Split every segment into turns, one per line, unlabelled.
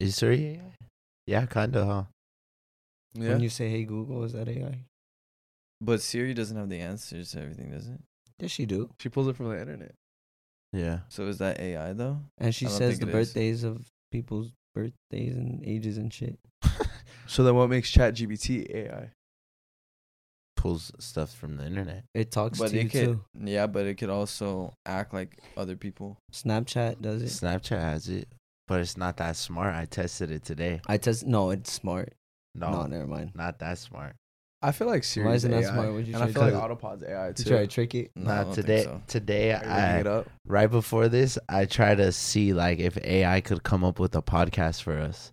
Is Siri AI? Yeah, kinda, huh?
Yeah.
When you say, "Hey Google," is that AI?
But Siri doesn't have the answers to everything, does it?
Yes, she do.
she pulls it from the internet.
Yeah.
So is that AI though?
And she
I don't
says the
think it is.
birthdays of people's birthdays and ages and shit.
So then what makes ChatGPT AI?
Pulls stuff from the internet.
It talks
But
to
it
you
could-
too.
Yeah, but it could also act like other people.
Snapchat does it.
Snapchat has it, but it's not that smart. I tested it today.
I test. No, it's smart.
No,
No, never mind.
not that smart.
I feel like Siri
Why
is
isn't
AI.
that smart? Would you
and I
try
feel like
to-
Autopod's AI
Did you try to
too.
trick it?
No, I don't
not
think
today.
so.
Today,
Are you looking
I
it up?
right before this, I tried to see like if AI could come up with a podcast for us,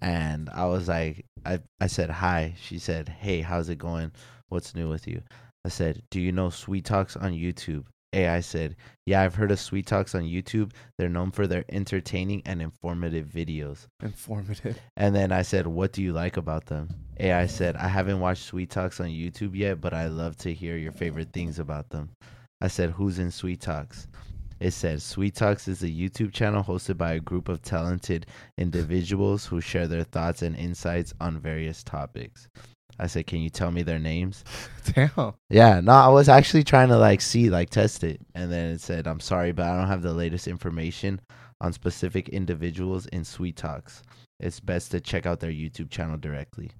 and I was like, I I said hi. She said, Hey, how's it going? What's new with you? I said, Do you know Sweet Talks on YouTube? AI said, Yeah, I've heard of Sweet Talks on YouTube. They're known for their entertaining and informative videos.
Informative.
And then I said, What do you like about them? AI said, I haven't watched Sweet Talks on YouTube yet, but I love to hear your favorite things about them. I said, Who's in Sweet Talks? It said, Sweet Talks is a YouTube channel hosted by a group of talented individuals who share their thoughts and insights on various topics. I said, Can you tell me their names?
Damn.
Yeah, no, I was actually trying to like see, like test it. And then it said, I'm sorry, but I don't have the latest information on specific individuals in Sweet Talks. It's best to check out their YouTube channel directly.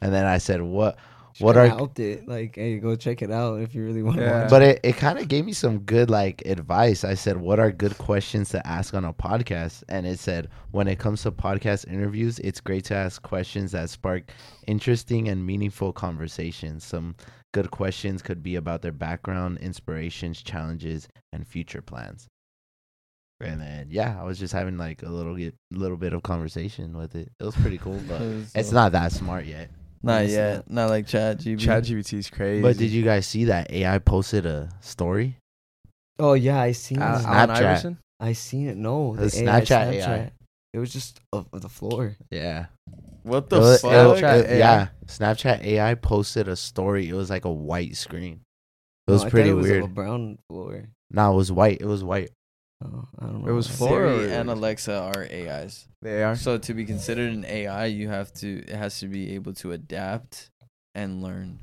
And then I said, What? What
Kinda
are.
helped it? Like, hey, go check it out if you really want to.
Yeah.
watch
But it, it kind of gave me some good like advice. I said, What are good questions to ask on a podcast? And it said, When it comes to podcast interviews, it's great to ask questions that spark interesting and meaningful conversations. Some good questions could be about their background, inspirations, challenges, and future plans. And then yeah, I was just having like a little bit, little bit of conversation with it. It was pretty cool, but it's not that smart yet.
Not
It's
yet.
not.
Not, like Chat GB.
ChatGPT is crazy.
But did you guys see that AI posted a story?
Oh yeah, I seen.
Al-
it.
Snapchat.
Uh, Alan Iverson?
I seen it. No,
Uh, The Snapchat AI.
It was just of the floor.
Yeah.
What
It
the
was-
fuck?
it-
Snapchat
it-
AI?
Yeah, Snapchat AI posted a story. It was like a white screen. It
No,
was
Oh, I thought
pretty
it was
weird.
Of a brown floor.
No, it was white. It was white.
Oh, I don't
It
know.
was
I-
floor-
Siri
Flora-
and Alexa are AIs.
They are.
So to be considered an AI, you have to it has to be able to adapt and learn.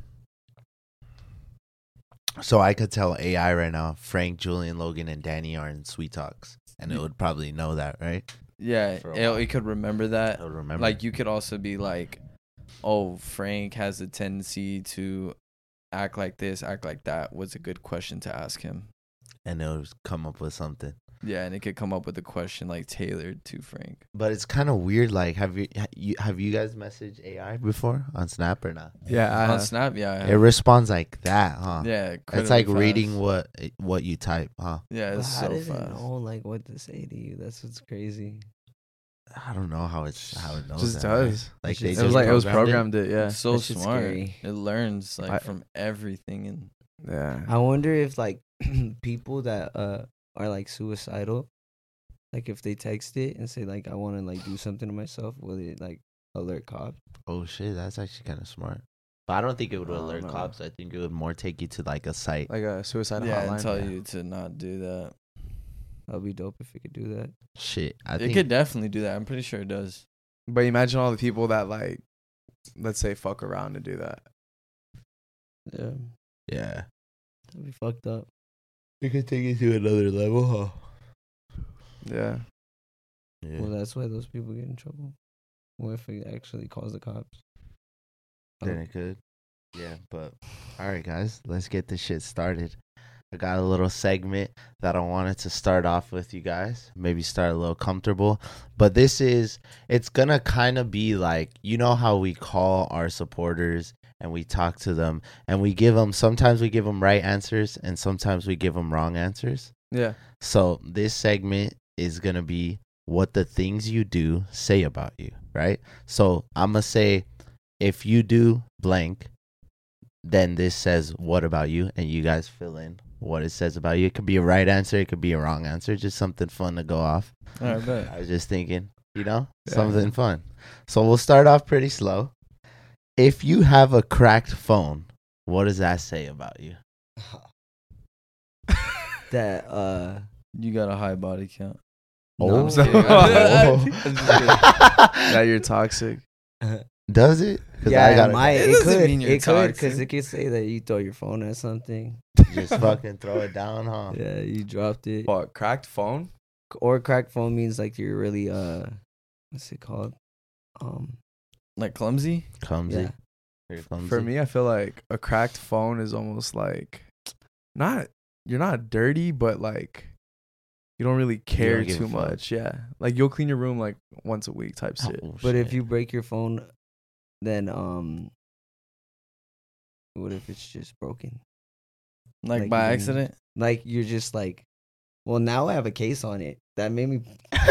So I could tell AI right now. Frank, Julian, Logan, and Danny are in Sweet Talks, and it would probably know that, right?
Yeah,
For a
it,
while.
it could remember that.
It would remember.
Like you could also be like, "Oh, Frank has a tendency to act like this, act like that." What's a good question to ask him?
and it would come up with something.
Yeah, and it could come up with a question like tailored to Frank.
But it's kind of weird. Like, have you, ha- you have you guys messaged AI before on Snap or not?
yeah. I
On
have.
Snap, yeah, I
It
have-
responds like that, huh?
yeah,
It's
incredibly
like reading
fast.
what what you type, huh?
Yeah,
But
it's
how
so
does it
fast.
know like what to say to you? That's what's crazy.
I don't know how it's how it knows.
Just
that, right?
does.
Like
It's
they
It
just-
just
was like it was
programmed it?
programmed it. Yeah.
It's so
That shit's
smart.
scary.
It learns like
I-
from everything and
Yeah.
I wonder if like people that uh are like suicidal, like if they text it and say like I want to like do something to myself, will it like alert cops?
Oh shit, that's actually kind of smart. But I don't think it would
I don't
alert
know.
cops. I think it would more take you to like a site.
Like a suicide
yeah,
hotline.
and tell
yeah.
you to not do that.
That'd be dope if it could do that.
shit, I
it
think
could definitely do that. I'm pretty sure it does.
But imagine all the people that like, let's say, fuck around and do that.
Yeah,
yeah,
that'd be fucked up.
it could take you to another level, huh?
Yeah.
Yeah.
Well, that's why those people get in trouble. What if it actually calls the cops? Oh. I
then
don't-
it could. Yeah, but all right, guys, let's get this shit started. I got a little segment that I wanted to start off with you guys. Maybe start a little comfortable, but this is it's gonna kind of be like you know how we call our supporters and we talk to them and we give them sometimes we give them right answers and sometimes we give them wrong answers.
Yeah.
So this segment is gonna be what the things you do say about you, right? So I'm gonna say if you do blank, then this says what about you, and you guys fill in what it says about you. It could be a right answer, it could be a wrong answer, just something fun to go off.
All right,
I
bet.
was just thinking, you know,
Yeah.
something fun. So we'll start off pretty slow. If you have a cracked phone, what does that say about you?
that uh
You got a high body count. No, I'm
Oh.
just kidding. I'm just kidding.
Now you're toxic.
Does it? 'Cause
Yeah,
I
it
gotta
might.
It
It
doesn't
could.
mean you're
It could because
toxic.
it could say that you throw your phone at something.
just fucking throw it down, huh?
Yeah, you dropped it.
What cracked phone?
Or cracked phone means like you're really uh, what's it called? Um,
Like clumsy?
Clumsy. Oh,
yeah.
You're clumsy.
For me, I feel like a cracked phone is almost like not you're not dirty, but like you don't really care
give a
too
fuck.
much. Yeah, like you'll clean your room like once a week type
Oh,
shit.
shit.
But if you break your phone, then um, what if it's just broken?
Like,
Like,
by
you can-
accident?
Like you're just like, well, now I have a case on it. That made me.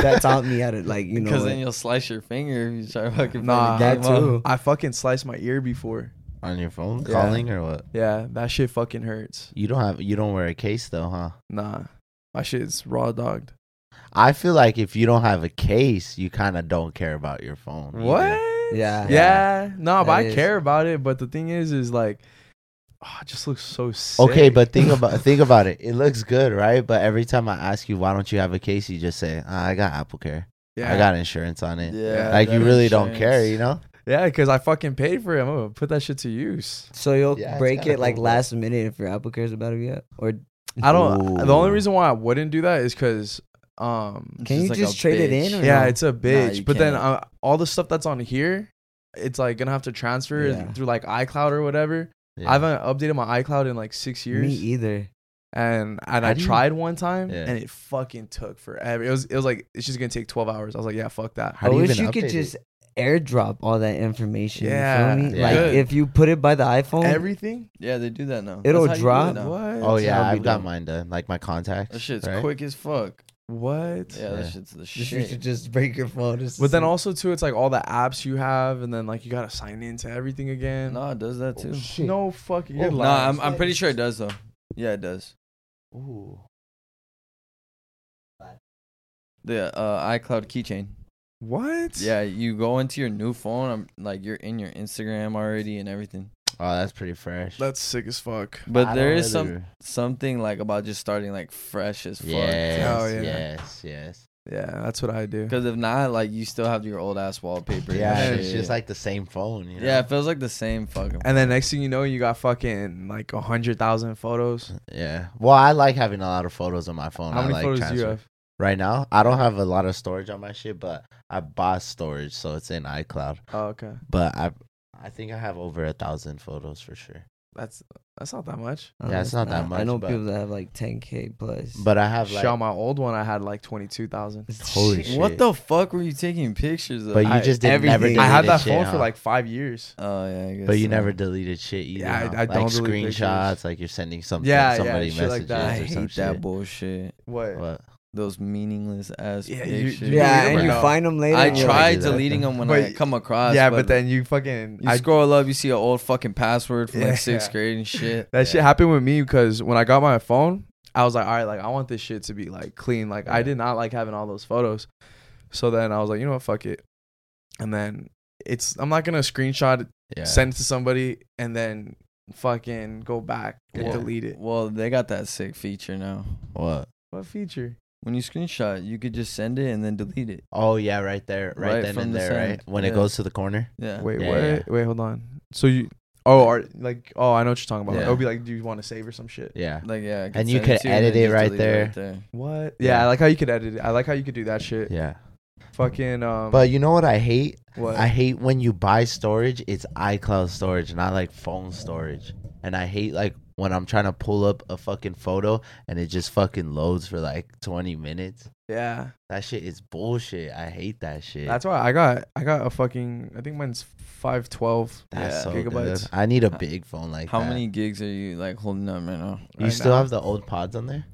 That taught me how to like you know.
Because
like-
then you'll slice your finger if you try to fucking
Nah,
find the
that
game on.
too.
I fucking sliced my ear before.
on your phone
Yeah.
calling or what?
Yeah, that shit fucking hurts.
You don't have you don't wear a case though, huh?
Nah, my shit's raw dogged.
I feel like if you don't have a case, you kind of don't care about your phone. either.
Yeah.
Yeah. No, but
That
I
is-
care about it. But the thing is, is like, ah, it just looks so sick.
Okay, but think about think about it. It looks good, right? But every time I ask you why don't you have a case, you just say, "Ah, "I got Apple Care. I got insurance on it."
Yeah.
Like you
that
really don't care,
insurance.
you know?
Yeah, because I fucking paid for it. I'm gonna put that shit to use.
So you'll
Yeah, it's
break
kinda
it like
cool, bro.
last minute if your Apple Care's about to be up, or
I don't. The only
Ooh.
reason why I wouldn't do that is because, um,
It's
Can you
like
just
a
trade it
bitch.
in or-
yeah,
no.
it's a bitch.
you
but then
can't.
uh, all the stuff that's on here, it's like gonna have to transfer
Yeah.
through like iCloud or whatever.
Yeah.
I haven't updated my iCloud in like six years.
me either.
and and
How
I
do you-
tried one time
Yeah.
and it fucking took forever. It was it was like it's just gonna take twelve hours. I was like, yeah, fuck that.
How
I
do you
wish
even
you could
update it?
just airdrop all that information.
Yeah,
you feel me?
Yeah.
Like
good.
if you put it by the iPhone,
Everything?
Yeah, they do that now. That's
It'll
how you do it
drop.
now.
What? Um,
Oh yeah,
how we
I've got
do.
mine done. Like my contacts.
That shit's
right?
quick as fuck.
What?
Yeah, that
Yeah.
shit's the
just, you should
shit.
just break your phone. just
But then
to
also too, it's like all the apps you have, and then like you gotta sign into everything again.
No, it does that too.
shit.
no fucking.
Oh,
You're
no,
No,
lying.
I'm, I'm pretty sure it does though. Yeah, it does.
Ooh.
The uh, iCloud keychain.
what?
Yeah, you go into your new phone. I'm like you're in your Instagram already and everything.
Oh, that's pretty fresh.
that's sick as fuck.
But
I
there
don't
is some
really-
something like about just starting like fresh as fuck.
Yes,
Oh, yeah.
yes, yes.
Yeah, that's what I do.
Because if not, like you still have your old ass wallpaper. and
Yeah,
and
it's
shit.
just like the same phone. You know?
yeah, it feels like the same fucking.
And then next thing you know, you got fucking like a hundred thousand photos.
yeah. Well, I like having a lot of photos on my phone.
How
I
many
like
photos do you
transfer-
have?
Right now, I don't have a lot of storage on my shit, but I bought storage, so it's in iCloud.
Oh, okay.
But I, I think I have over a thousand photos for sure.
That's that's not that much.
I don't
Yeah,
know.
it's not that
I- I
much,
know
but-
people that have like 10k plus.
But I have
Shit,
like,
on my old one, I had like twenty two thousand.
holy shit.
What the fuck were you taking pictures of?
but you
I-
just did never.
everything.
Deleted
I had that
shit,
phone for
huh?
like five years.
oh yeah, I guess
But you
so.
never deleted shit either.
Yeah, I-
huh?
I
like
don't delete pictures.
screenshots, like you're sending something,
Yeah, yeah,
somebody
shit
messages
like that.
I
or some
hate
shit.
that bullshit.
What?
What?
Those meaningless ass
Yeah, you-
pictures.
you
yeah,
never
and you
know.
find them later.
I
and you're
try
tried
do that.
deleting them when
But
I come across.
yeah, but then you fucking
Uh, you
I,
scroll up, you see an old fucking password from
Yeah.
like sixth grade and shit.
that shit happened with me because when I got my phone, I was like, all right, like I want this shit to be like clean. Like I
Yeah.
did not like having all those photos. So then I was like, you know what, fuck it. And then it's I'm not gonna screenshot it,
Yeah.
send it to somebody, and then fucking go back and
Yeah.
delete it.
Well, they got that sick feature now.
What?
What feature?
When you screenshot, you could just send it and then delete it.
Oh yeah, right there, right,
Right
then
from
and
the
there, right?
send.
When it
Yeah.
goes to the corner.
Yeah.
Wait,
Yeah,
what?
yeah.
Wait, hold on. So you oh are like oh I know what you're talking about.
Yeah.
It'll be like, do you want to save or some shit?
Yeah.
Like yeah. I
And you
send
could
to and
edit
then
it
just
right
delete
there.
What?
Yeah.
Yeah, I like how you could edit it. I like how you could do that shit.
Yeah.
Fucking um
But you know what I hate?
what?
I hate when you buy storage, it's iCloud storage, not like phone storage. And I hate like when I'm trying to pull up a fucking photo and it just fucking loads for like 20 minutes.
yeah.
That shit is bullshit. I hate that shit.
That's why I got I got a fucking I think mine's five twelve.
That's
yeah,
so
gigabytes.
good. I need a big phone like
How
that.
many gigs are you like holding up Oh, right now?
You
right
still
now?
have the old pods on there,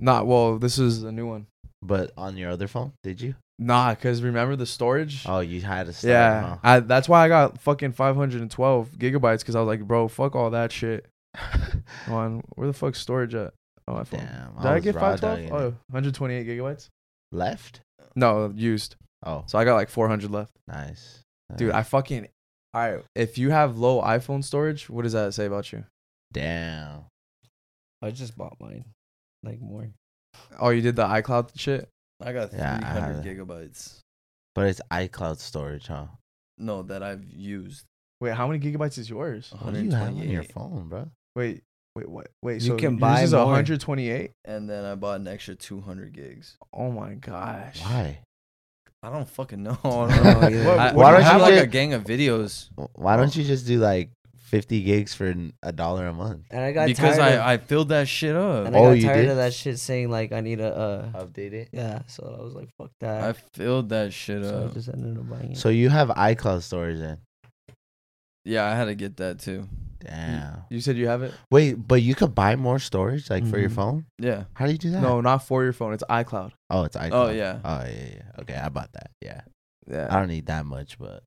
Not well. This is a new one.
but on your other phone, did you?
Nah, cause remember the storage.
Oh, you had to start.
yeah,
Yeah.
I, that's why I got fucking five hundred and twelve gigabytes. Cause I was like, bro, fuck all that shit. Hold On where the fuck's storage at? Oh, my phone.
Damn.
Did I,
was
get
raw
five twelve?
dogging it.
Oh, 128 gigabytes.
Left?
No, used.
Oh,
So I got like four hundred left.
nice.
Dude, I fucking. All right, if you have low iPhone storage, what does that say about you?
Damn.
I just bought mine, like more.
Oh, you did the iCloud shit.
I got
Yeah, I
300
have it.
gigabytes.
But it's iCloud storage, huh?
No, that I've used.
Wait, how many gigabytes is yours?
What do you have on your
128.
phone, bro?
Wait, wait, what? Wait,
You
so
can
yours
buy
is
more.
128.
And then I bought an extra 200 gigs.
Oh my gosh.
Why?
I don't fucking know. I don't know.
Oh, yeah.
What-
why
I, why
don't
don't have
you
like
get-
a gang of videos?
Why don't you just do like 50 gigs for n- a dollar a month?
And I got
because
tired of,
I, I filled that shit
and
up.
I
Oh,
got
you
tired
did?
of that shit saying like I need a uh
Update it.
yeah. So I was like, fuck that.
I filled that shit
so
uh,
up.
I just ended up buying it.
So you have iCloud storage then?
Yeah, I had to get that too.
Damn.
You said you have it?
Wait, but you could buy more storage like for your
Mhm.
phone?
Yeah.
How do you do that?
Mm-hmm. No, not for your phone. It's iCloud.
Oh, it's iCloud.
Oh yeah.
Oh yeah, yeah. Okay, I bought that. Yeah. I
Yeah.
don't need that much, but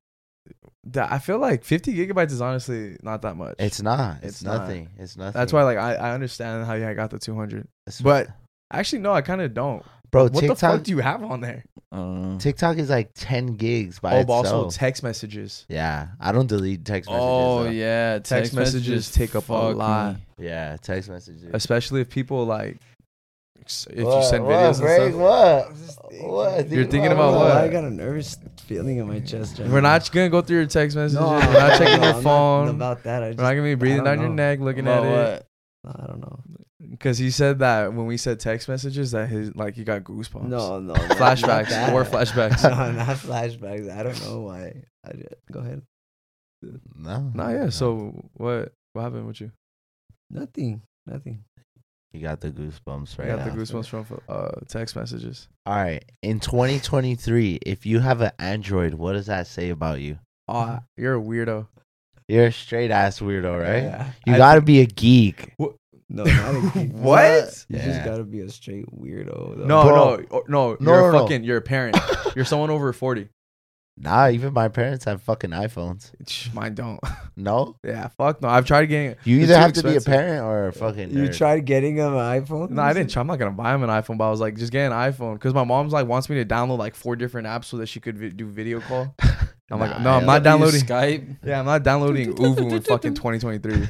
That- I feel like 50 gigabytes is honestly not that much.
it's not. It's,
It's not.
nothing. It's nothing.
That's why like I, I understand how you got the 200.
That's-
But actually no, I kind of don't.
bro,
what the
Oh, TikTok
fuck do you have on there?
I don't know.
TikTok is like 10 gigs by
oh, but
itself.
also text messages.
yeah, I don't delete text messages.
Oh
though.
yeah, text,
messages take up a
fuck
lot.
me.
Yeah, text messages.
Especially if people like s- if
What,
you send
what,
videos
Greg,
and stuff.
What?
just thinking.
What?
You're
dude?
thinking about what?
I got a nervous feeling in my chest. Right
We're
now.
not gonna go through your text messages.
No,
We're
I'm
not checking
no,
your
I'm not
phone.
about that. I just
We're not gonna be breathing
don't
down your
know.
neck, looking
About
at it.
what?
I don't know.
Because he said that when we said text messages, that his like he got goosebumps.
No, no. not- not
Flashbacks
that.
or flashbacks.
no, not flashbacks. I don't know why. I just, go ahead.
No.
Nah, yeah. So what what happened with you?
Nothing. Nothing.
you got the goosebumps
I
right
got the
now.
goosebumps from uh, text messages.
All right. In 2023, if you have an Android, what does that say about you?
Oh, you're a weirdo.
You're a straight ass weirdo, right?
Yeah.
You
I
got to be a geek.
No. Not a geek.
What?
You
Yeah.
just gotta be a straight weirdo. Though.
No,
Bro.
no, oh, no,
No,
You're
no,
a
no.
fucking. You're a parent. you're someone over forty.
Nah, even my parents have fucking iPhones.
Tch, Mine don't.
No?
yeah, fuck no. I've tried getting.
You either
They're too
have to
expensive.
be a parent or a fucking
You
nerd.
tried getting him an iPhone?
No, I didn't. Try, I'm not gonna buy him an iPhone, but I was like, just get an iPhone because my mom's like wants me to download like four different apps so that she could vi- do video call. I'm like,
Nah,
no, I'm
yeah.
not downloading.
Skype.
Yeah, I'm not downloading Uvu in fucking 2023.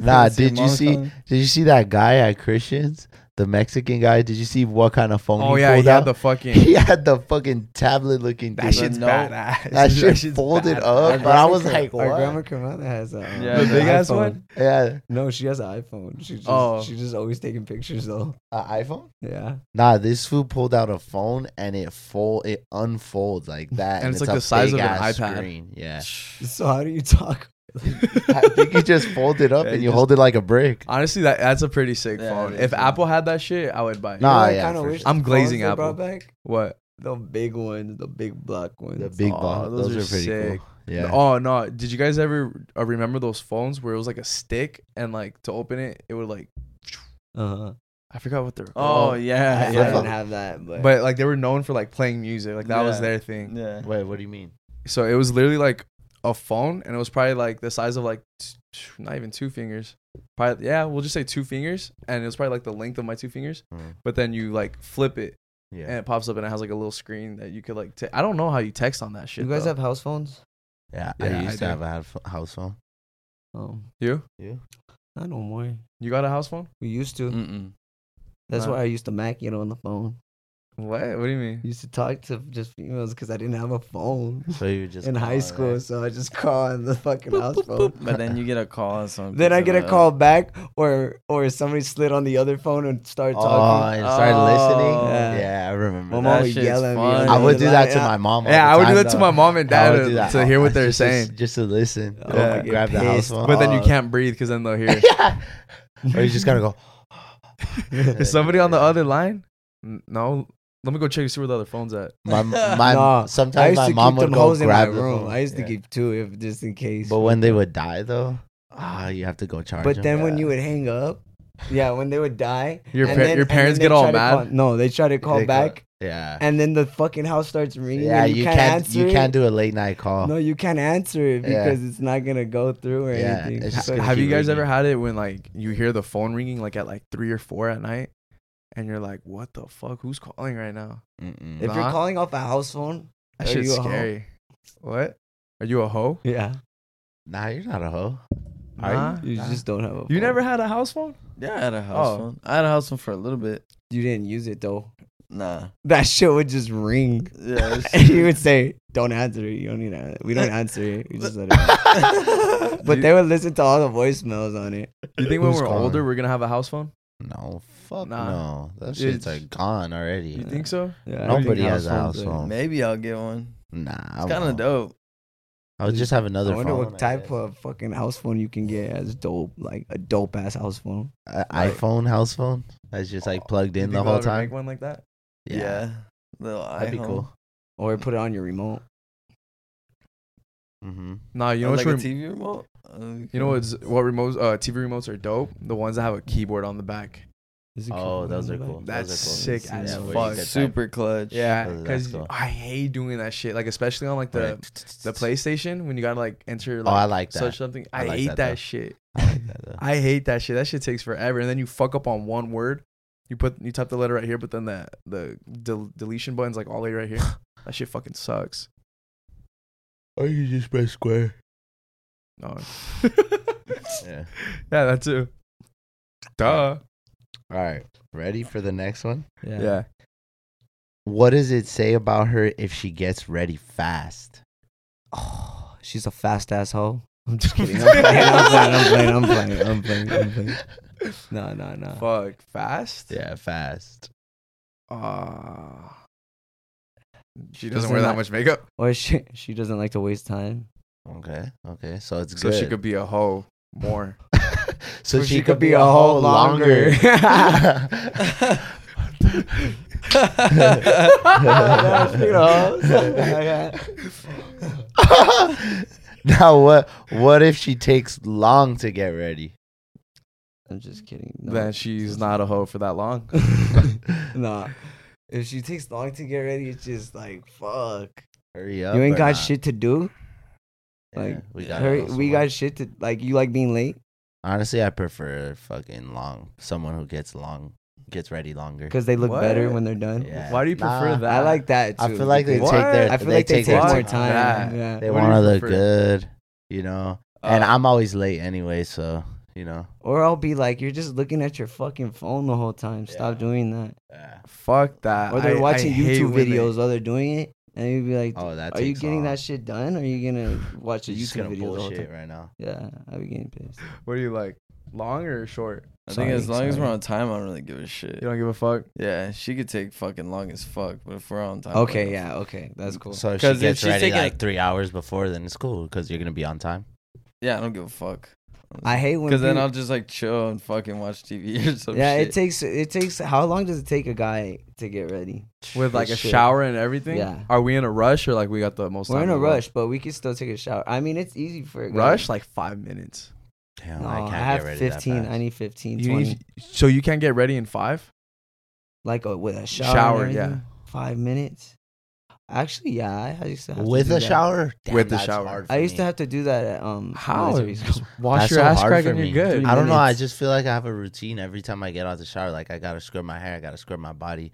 Nah,
Let's see,
did you
mom's
see-
coming.
Did you see that guy at Christian's? The Mexican guy? Did you see what kind of phone
Oh
he
yeah, he
pulled
had
out?
the fucking
he had the fucking tablet looking
that
thing.
shit-
shit's
No.
badass.
That shit
shit's
folded
badass.
up, but
Our
I
grandma
was
could-
like,
Our
what?
grandma Carmela has a um,
Yeah, The
the big ass
iPhone.
one.
Yeah,
No, she has an iPhone. She just,
Oh.
she's just always taking pictures though.
an iPhone.
Yeah.
Nah, this fool pulled out a phone and it fold, it unfolds like that,
And it's like the size of an
big-ass
iPad.
Screen. Yeah,
So how do you talk?
I think you just fold it up
Yeah,
and you
you just- Ah,
hold it like a brick.
Honestly, that that's a pretty sick
Yeah,
phone.
it
If
is,
Apple had that shit, I would buy it.
Nah,
You know, I
yeah,
kinda
for
wish
sure.
the
I'm
phones
glazing
they
Apple.
brought back
What?
the big ones, the big black ones.
The big
Aw,
ball. Those,
those
are,
are
pretty
sick.
cool. Yeah.
Oh no! Did you guys ever uh, remember those phones where it was like a stick and like to open it, it would like
Uh-huh.
I forgot what they were.
Oh
called.
yeah,
I,
yeah.
I didn't have that, but,
But like they were known for like playing music, like that was
Yeah.
their thing.
yeah.
Wait, what do you mean?
So it was literally like a phone, and it was probably like the size of like t- t- not even two fingers. Probably yeah, we'll just say two fingers, and it was probably like the length of my two fingers.
Mm,
But then you like flip it, and
Yeah.
it pops up, and it has like a little screen that you could like. I I don't know how you text on that shit.
you guys
though.
have house phones?
Yeah.
Yeah,
I used
I
to
do.
have a house- house phone.
Um,
you?
You?
not no more.
You got a house phone?
We used to.
Mm,
Mm-mm.
That's
Nah.
why I used to mac it on the phone.
What? What do you mean?
Used to talk to just females because I didn't have a phone
So you were just
in high
calling,
school,
right?
so I just call on the fucking
Boop,
house
boop,
phone.
boop. But then you get a call. So I'm
Then I
picking
get a
it up.
call back, or or somebody slid on the other phone and started
Oh,
talking.
and started
Oh.
listening. Yeah, I remember. that.
My mom
that
would
shit's
yell at me. on
fun.
the
I would
other
do that
line.
to my mom. all
Yeah,
the
I would
time,
do that to
though.
my mom and
I
dad
would do
to,
that
to
all
hear
the
what
time,
they're
just-
saying.
Just to listen.
Oh,
Yeah.
I get
Grab the house
pissed.
phone.
But then you
Oh.
can't breathe because then they'll hear.
yeah. Or you just gotta go.
Is somebody on the other line? N- No. Let me go check and see where the other phone's at.
My, my
Nah, I
sometimes
used
my
to
mom
keep
would
them
go
hoes in my
grab the
room.
phone.
I used to
Yeah.
keep two if just in case.
But when they would die though, ah, you have to go charge.
But
'em.
then when
Yeah.
you would hang up, yeah, when they would die,
Your
and
pa-
then- and
your
then
parents
they
get all
try to
mad?
call- no, they try to call
They
back,
yeah,
and then the fucking house starts ringing.
yeah,
and
you can't
answer
you
it.
can't do a late night call.
No, you can't answer it
Yeah.
because it's not gonna go through or
Yeah,
anything.
it's
So
just gonna
Have
keep
you guys
ringing.
ever had it when like you hear the phone ringing like at like three or four at night, and you're like, "What the fuck? Who's calling right now?"
Mm-mm.
if you're
Nah.
calling off a house phone,
That
Are
shit's
you a hoe?
scary. What? Are you a hoe?
yeah,
nah, you're not a hoe. Are
Nah.
you?
you
Nah.
just don't have a.
You
phone.
never had a house phone?
Yeah, I had a house
Oh.
phone. I had a house phone for a little bit.
You didn't use it though.
Nah.
that shit would just ring.
Yeah.
And he would say, "Don't answer it. You don't need to. We don't answer it. We just let it." Out. But
you,
they would listen to all the voicemails on it.
you think when
Who's
we're
calling?
older we're gonna have a house phone?
No, fuck
Nah.
no. That
It's-
shit's like gone already.
You think so?
Yeah, I
Nobody
think
has a
household
house
good.
phone.
Maybe I'll get one.
Nah, I
It's kind of
won't.
dope.
I would just have another
I wonder
phone.
what type
guess.
of fucking house phone you can get as dope, like a dope ass house phone.
A-
like-
iPhone house phone that's just like plugged
You
in
think
the
they'll
whole
ever
time.
Make one like that.
Yeah. Little
that'd be
iPhone.
cool.
Or put it on your remote.
Mm-hmm.
Nah, you know
Or
what's
like
rem-
a TV remote. Uh, That'd be
you know
cool.
what's what remotes uh TV remotes are dope? The ones that have a keyboard on the back.
Is it
Oh,
cool?
those are cool.
That's
those are cool.
sick
Yeah,
as
where you
fuck.
could, like,
Super clutch.
Yeah,
Those are
because
cool.
I hate doing that shit. Like especially on like the the PlayStation when you gotta like enter
Oh, I
like,
like that.
search something. I,
I like
hate
that,
that,
though.
shit.
I like that though.
I hate that shit. That shit takes forever. And then you fuck up on one word. You put you type the letter right here, but then the the del- deletion button's like all the way right here. that shit fucking sucks.
Or you just press square.
No.
Yeah.
yeah, that too. Duh.
All right. Ready for the next one?
Yeah.
Yeah.
What does it say about her if she gets ready fast?
Oh, she's a fast ass hoe. I'm just kidding. I'm playing. I'm playing. I'm playing. I'm playing. I'm playing. I'm playing. No, no, no.
Fuck. Fast.
Yeah, fast.
Uh,
Ah.
she
Doesn't
doesn't wear that
like-
much makeup,
Or she she doesn't like to waste time.
Okay. Okay. So it's
so
good.
she could be a hoe more.
so she, could be a whole longer. now what? What if she takes long to get ready?
I'm just kidding. No.
then she's not a hoe for that long.
nah. If she takes long to get ready, it's just like fuck.
Hurry up!
you ain't
or
got
not?
shit to do.
Yeah,
like,
we got
Hurry, we got shit to like. You like being late
Honestly, I prefer fucking long. Someone who gets long gets ready longer.
because they look better
What?
when they're done.
Yeah.
Why do you prefer
Nah,
that?
I like that. Too.
I feel like they
What?
take their.
I feel like they take,
their
more
time.
time.
Yeah.
Yeah.
They
What do
want to
you
look
prefer?
good, you know. and
Uh,
I'm always late anyway, so you know.
Or I'll be like, you're just looking at your fucking phone the whole time. Stop
Yeah.
doing that.
Fuck that.
Or they're
I- I
watching
hate
YouTube
when they-
videos while they're doing it, and you'd be like,
Oh, that.
are you
takes
getting
long.
that shit done? Or are you gonna watch the
You're just
YouTube
gonna
video the whole
bullshit
time?
right now.
Yeah, I'll be getting pissed.
What do you like? Long or short?
I think as long
Sorry,
as we're
sorry.
on time, I don't really give a
You
shit.
don't give a fuck.
Yeah, she could take fucking long as fuck, but if we're on time,
Okay,
we're on
yeah, okay, that's cool.
Oh, So if she
'Cause if
gets
she's
ready
taking a-
like three hours before, then it's cool because you're gonna be on time.
Yeah, I don't give a fuck.
I hate when
Because then
people-
I'll just like chill and fucking watch TV or some
yeah,
shit.
it takes it takes. How long does it take a guy to get ready?
With like a
shit.
shower and everything.
Yeah.
Are we in a rush or like we got the most?
We're
time
in a
in the world?
rush, but we can still take a shower. I mean, it's easy for a guy.
Rush like five minutes.
Damn,
No,
I
I,
can't
have
get ready that
15.
fast.
I need 15,
You
20.
need, so you can't get ready in five.
like a, with a shower.
Shower,
and
yeah.
everything? Five minutes. Actually, yeah, I, I used to have to
with
do
a
that.
shower.
With a
that's
shower.
hard for
I used
me.
to have to do that at um
How?
military
Just
school.
wash
That's
your
so
ass
hard
crack
for
and
me.
you're good.
I don't know. I
minutes.
just feel like I have a routine every time I get out the shower. Like I gotta scrub my hair, I gotta scrub my body,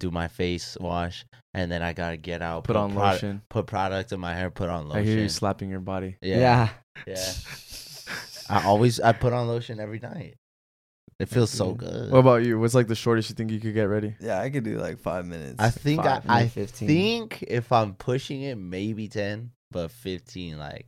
do my face wash, and then I gotta get out,
Put on
prod-
lotion.
put product in my hair, put on
I
lotion.
hear you slapping your body.
yeah,
Yeah.
yeah, I always I put on lotion every night. It feels so good.
What about you? What's like the shortest you think you could get ready?
Yeah, I could do like five minutes.
I think I,
Five,
I
maybe 15.
think if I'm pushing it, maybe ten, but fifteen, like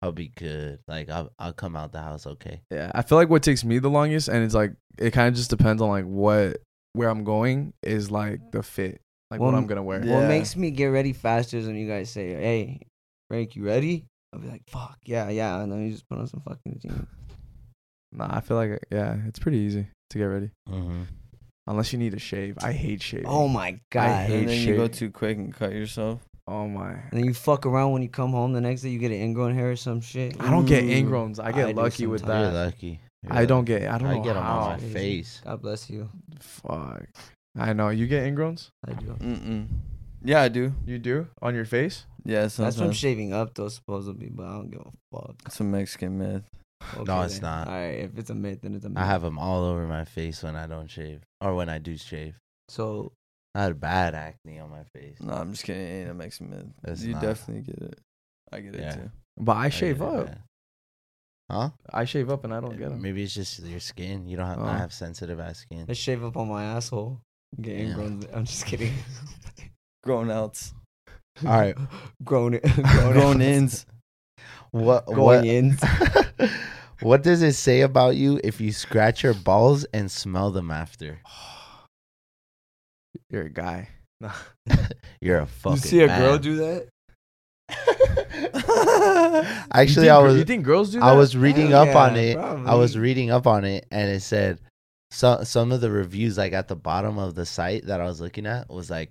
I'll be good. Like I'll I'll come out the house okay.
Yeah, I feel like what takes me the longest, and it's like it kind of just depends on like what where I'm going is like the fit, like
Well,
what I'm gonna wear.
yeah.
What makes me get ready faster is when you guys say, "Hey, Frank, you ready?" I'll be like, "Fuck, yeah, yeah." And then you just put on some fucking jeans.
Nah, I feel like yeah, it's pretty easy to get ready
Mm-hmm.
unless you need a shave. I hate shaving.
Oh my god!
I hate
and then you go
shaving.
too quick and cut yourself.
oh my.
And then you fuck around when you come home the next day. You get an ingrown hair or some shit.
I don't get
Ooh.
ingrowns. I get
Mm. I do
lucky with
sometimes.
You're
that.
lucky. You're
I don't
lucky.
get. I don't
I
know
get
Mm.
'em on
how.
my face.
God bless you.
Fuck. I know you get ingrowns.
I do.
Mm.
Mm-mm. Yeah, I do.
You do on your face.
Yeah,
That's
sometimes.
from shaving up, though, supposedly, but I don't give a fuck.
It's a Mexican myth.
No,
Okay
it's
then.
not.
All right, if it's a myth, then it's a myth.
I have them all over my face when I don't shave or when I do shave.
So
I had bad acne on my face.
Mm,
No, I'm just kidding. It ain't a Mexican myth.
It's
you
not.
definitely get it. I get it
Yeah.
too.
But I
I get
shave
it
up.
bad. Huh?
I shave up and I don't get them.
Maybe it's just your skin. You don't have.
Oh.
I have sensitive ass skin.
I shave up on my asshole. Getting
Yeah.
grown. I'm just kidding.
Grown outs.
All right.
grown.
Grown ins.
What
Going
what
in.
what does it say about you if you scratch your balls and smell them after?
You're a guy. Nah.
You're a fucking.
You see a girl
man.
do that?
Actually,
you think,
I
gr-
was
You think girls do that?
I was reading
Hell
up on
yeah,
it. I
probably.
was reading up on it, and it said some some of the reviews like at the bottom of the site that I was looking at was like,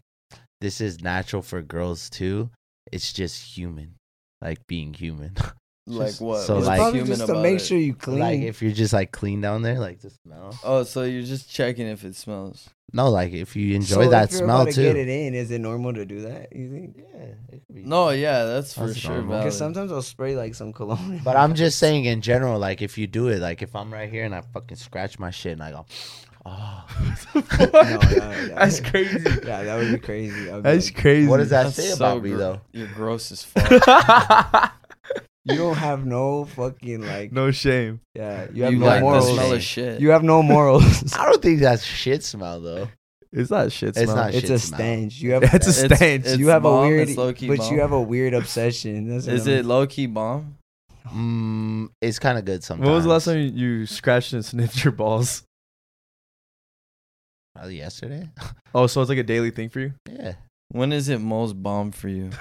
"This is natural for girls too. It's just human, like being human.
Like
Just-
what?
so,
What's
like-
probably
human
just to
about
make
it?
sure you clean.
like if you're just like clean down there, like the smell.
Oh, so you're just checking if it smells.
No, like if you
So
enjoy
if
that
you're
smell
about to Get
too.
it in. Is it normal to do that? You think?
Yeah, it could be-
No, yeah, that's for
That's
sure.
normal.
Valid.
Because sometimes I'll spray like some cologne.
But I'm just saying in general, like if you do it, like if I'm right here and I fucking scratch my shit and I go, oh,
no, no.
That's crazy.
yeah, that would be crazy. I'd be
That's
like,
crazy.
what does that
That's
say
so
about me
gr-
though?
You're gross as fuck.
You don't have no fucking like.
no shame.
Yeah, you
you
have no
like the
morals.
smell
Shame.
of shit.
You have no morals.
I don't think that's shit smell though.
It's not shit.
It's
smell.
not
it's
shit
a
smell.
stench. You have
It's a
It's-
stench.
it's-
you have
mom,
a weird,
it's low-key
but
mom.
you have a weird obsession. That's what
Is
I'm-
it low key bomb?
Mm, it's kind of good sometimes.
when was the last time you, you scratched and sniffed your balls?
Probably Uh, yesterday.
Oh, so it's like a daily thing for you?
yeah.
When is it most bomb for you?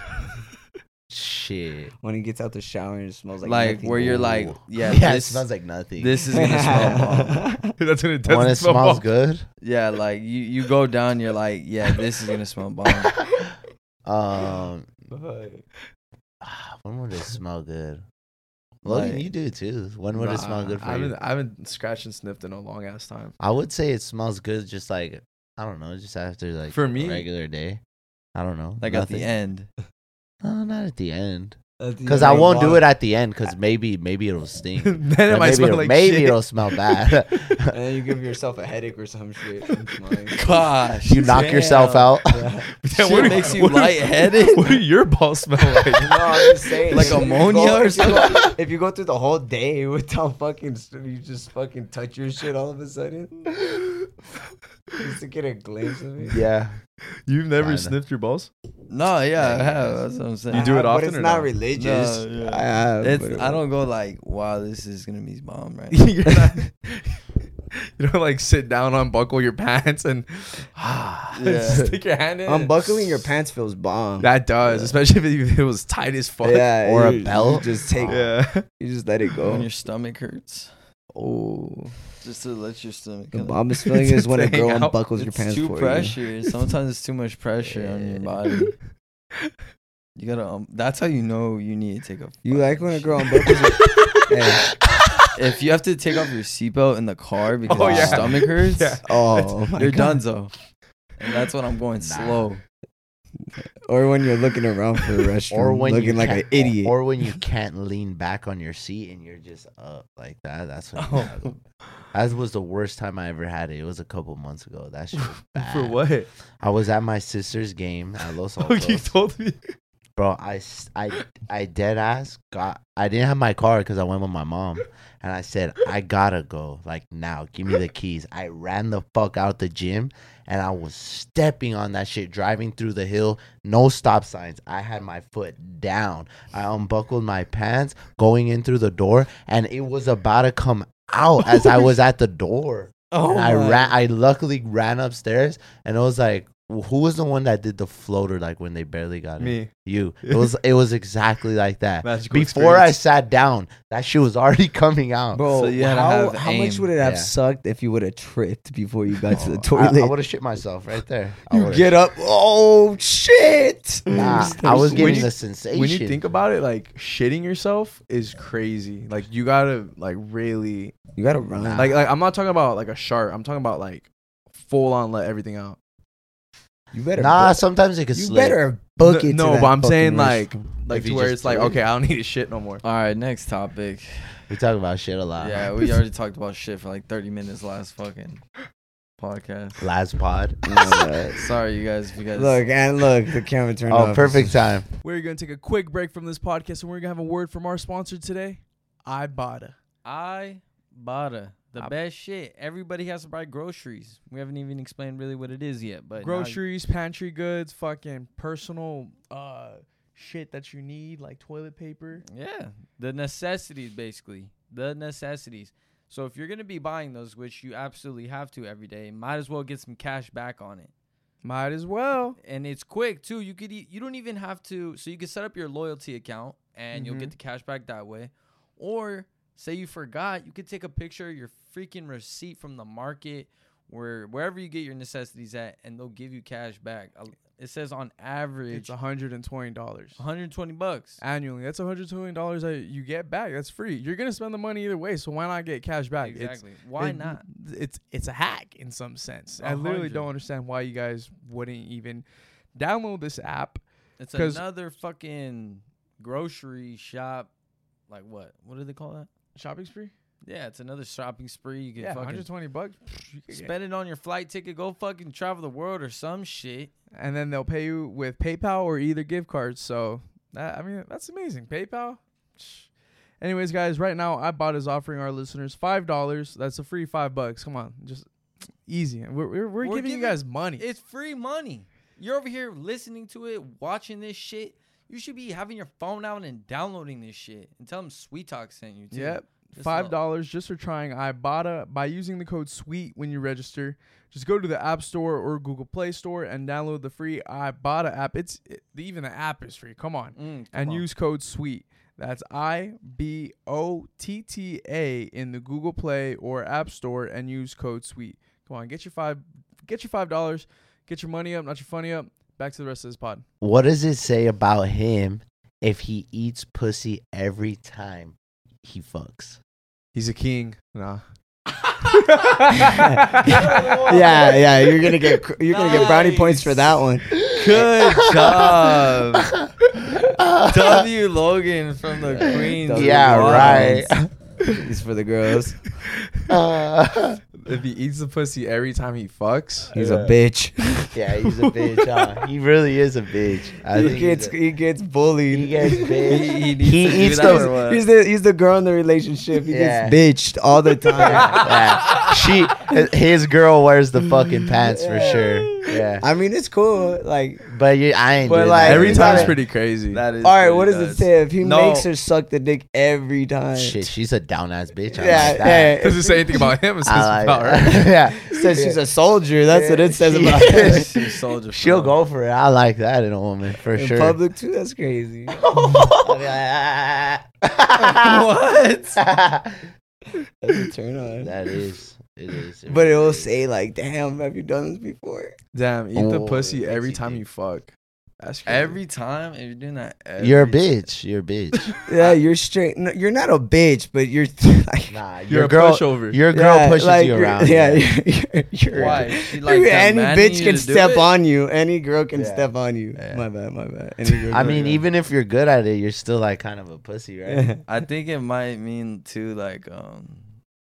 Shit.
when he gets out the shower and it smells like
Like, where you're like,
Ooh.
yeah,
it
this,
smells like nothing.
this is gonna smell bomb.
That's when it doesn't
when it
smell
smells
bomb.
good.
Yeah, like you, you go down, you're like, yeah, this is gonna smell bomb.
Um,
nothing.
ah, when would it smell good? Logan,
Like-
you do too. When would it smell
Nah,
good for
I
you?
haven't, I haven't scratched and sniffed in a long ass time.
I would say it smells good, just like I don't know, just after like
For
a
me-
regular day. I don't know,
Like at
nothing.
the end.
No, not at the end,
At the
because
end
I
of
won't do
March.
it at the end, because maybe maybe it'll stink. Or
then it might
maybe
smell
it'll,
like
maybe
shit.
it'll smell bad.
and then you give yourself a headache or some shit. from smelling.
Gosh,
you knock yourself
damn.
out.
Yeah.
But
Shit
do-
makes you
what do-
lightheaded?
What do your balls smell like?
No, I'm just saying.
Like
if you
ammonia
go-
or
if you go- If you go through the whole day without fucking, s- you just fucking touch your shit all of a sudden, just to get a glimpse of it.
yeah,
You've never
Kinda.
sniffed your balls?
No, yeah, I
Yeah,
have. That's what I'm saying.
You do
I
it
have,
often
but it's
or
not
no?
religious.
No, yeah.
I have,
It's,
but it
I don't go like, wow, this is gonna be bomb, right?
You're not- you don't like sit down, unbuckle your pants, and ah,
Yeah.
stick your hand in.
Unbuckling your pants feels bomb.
That does, especially if it was tight as fuck.
yeah,
Or a
you- you
belt?
just take.
Yeah.
You just let it
When
go.
your stomach hurts,
Oh,
just to let your stomach.
the
kinda-
bombest feeling is when a
Just hang
girl
out.
unbuckles your
it's
pants
too
for
pressure. Sometimes it's too much pressure on your body. You gotta. Um, that's how you know you need to take off.
you. You like when a
shit.
girl unbuckles your Hey.
If you have to take off your seatbelt in the car because
Oh,
your
yeah.
stomach hurts,
Yeah.
Oh, my
you're
God.
donezo. And that's when I'm going slow.
Or when you're looking around for a restroom,
or when
looking
you
like an
can't-
idiot.
or when you can't lean back on your seat and you're just up like that. That's when. you
Oh.
have them. That was the worst time I ever had it. It was a couple months ago. That shit. was
For
bad.
what?
I was at my sister's game at Los
Oh, you
Altos.
told me.
Bro, I, s- I, I dead ass got. I didn't have my car because I went with my mom. And I said, I gotta go. Like, now, give me the keys. I ran the fuck out the gym and I was stepping on that shit, driving through the hill. No stop signs. I had my foot down. I unbuckled my pants going in through the door and it was about to come out as I was at the door.
Oh,
And I ran. I luckily ran upstairs, and it was like, who was the one that did the floater? Like when they barely got it,
Me.
you. It was. It was exactly like that.
Magical
Before I
experience.
sat down, that shit was already coming out.
Bro,
So you had to
how,
have
how much
aim.
would it have
Yeah.
sucked if you would have tripped before you got to the
Oh, I,
toilet?
would have shit myself right there. I
you
would've-
get up. Oh shit!
Nah, I was
When
getting
you-
the sensation.
when you think about it, like shitting yourself is crazy. Like you gotta like really
You gotta run.
Nah.
like like I'm not talking about like a shark. I'm talking about like full on let everything out.
You better.
nah,
book-
sometimes it could
you
slip.
better book
No-
it. to
no,
that
but I'm
fucking
saying, like,
restroom.
Like
If
to
you
where
just
it's like
do it.
okay, I don't need to shit no more.
All right, next topic.
We talk about shit a lot.
Yeah, we already talked about shit for like 30 minutes last fucking podcast.
Last pod.
Nah, nah.
Sorry, you guys. If you guys
look and look, the camera turned off.
oh, perfect time.
We're gonna take a quick break from this podcast, and we're gonna have a word from our sponsor today, Ibotta.
I bought a The
I-
best shit. Everybody has to buy groceries. We haven't even explained really what it is yet, but now-
groceries, pantry goods, fucking personal uh shit that you need, like toilet paper.
yeah, the necessities basically. The necessities. So if you're gonna be buying those, which you absolutely have to every day, might as well get some cash back on it.
Might as well.
and it's quick too. You could e- you don't even have to. So you can set up your loyalty account and you'll
Mm-hmm.
get the cash back that way. Or say you forgot, you could take a picture of your freaking receipt from the market where wherever you get your necessities at, and they'll give you cash back. Uh, It says on
It's
average
hundred and twenty dollars
120 bucks.
annually. That's hundred twenty dollars that you get back. That's free. You're gonna spend the money either way, so why not get cash back? Ah, It's-
Exactly. Why
it-
not?
It's it's a hack in some sense.
A
I literally
hundred.
don't understand why you guys wouldn't even download this app.
It's
'cause-
another fucking grocery shop. Like what? What do they call that?
Shopping spree?
Yeah, it's another shopping spree. You can
Yeah,
fucking
120 bucks. Pfft, you could get-
spend it on your flight ticket. Go fucking travel the world or some shit.
and then they'll pay you with PayPal or either gift cards. So that, I mean, that's amazing. PayPal. Psh. Anyways, guys, right now iBot is offering our listeners five dollars. That's a free five bucks. Come on, just easy. We're we're, we're, giving, you guys money.
It's free money. You're over here listening to it, watching this shit. You should be having your phone out and downloading this shit. And tell them Sweet Talk sent you too.
Yep.
Just
Five
a-
dollars just for trying Ibotta by using the code SWEET when you register. Just go to the App Store or Google Play Store and download the free Ibotta app. It's it, even the app is free. Come on,
Mm, come
and
on.
use code SWEET. That's I B O T T A in the Google Play or App Store and use code SWEET. Come on, get your five, get your five dollars, get your money up, not your funny up. Back to the rest of this pod.
What does it say about him if he eats pussy every time he fucks?
He's a king. Nah.
yeah,
yeah, you're gonna get cr- you're gonna get brownie points for that one.
Good job.
yeah,
W. Logan from the Queens.
Yeah,
right.
It's for the girls.
Uh,
If he eats the pussy every time he fucks,
He's a bitch.
yeah, he's a bitch. Huh? He really is a bitch. I
he
think
gets
he's a-
he gets bullied.
he gets bitch.
He- he needs to do
he eats
that
those.
or what?
He's the he's the girl in the relationship. He
Yeah.
gets bitched all the time.
Yeah, yeah. She, his girl wears the fucking pants for sure. Yeah,
I mean, it's cool. Like,
but you, I ain't.
But
doing
like-
that.
every
Every
time's
time.
pretty crazy.
That is
all right,
pretty
what does it
nuts.
say? If he
No.
makes her suck the dick every time,
shit, she's a down ass bitch. I
Yeah,
like that.
yeah.
Does it say anything about him? It says
I like
about her.
that. yeah.
says she's a soldier. That's what it says
Yeah.
about
Yeah.
her.
She's soldier.
She'll
bro.
go for it. I like that in a woman for
In
sure.
public too. That's crazy.
I'll be like,
What?
"Ah."
That's a turn on.
that is. It is. it
But
really
it'll
is.
say like, "Damn, have you done this before?"
Damn, eat the
Oh,
pussy
it
every
makes you
time
think.
you fuck. That's crazy.
Every time, if you're doing that, every
You're a bitch. You're a bitch.
Yeah, you're straight. No, you're not a bitch, but you're like
Nah, your
you're a
girl.
pushover.
Your girl
yeah,
pushes
like,
you
you're-
around.
Yeah, you're, you're,
Why?
you're-
She, like,
any
demanding you
bitch can
to do
step
it?
on you. Any girl can
Yeah.
step on you.
Yeah.
My bad, my bad. Any girl
I
can-
mean, even if you're good at it, you're still like kind of a pussy, right?
I think it might mean too like um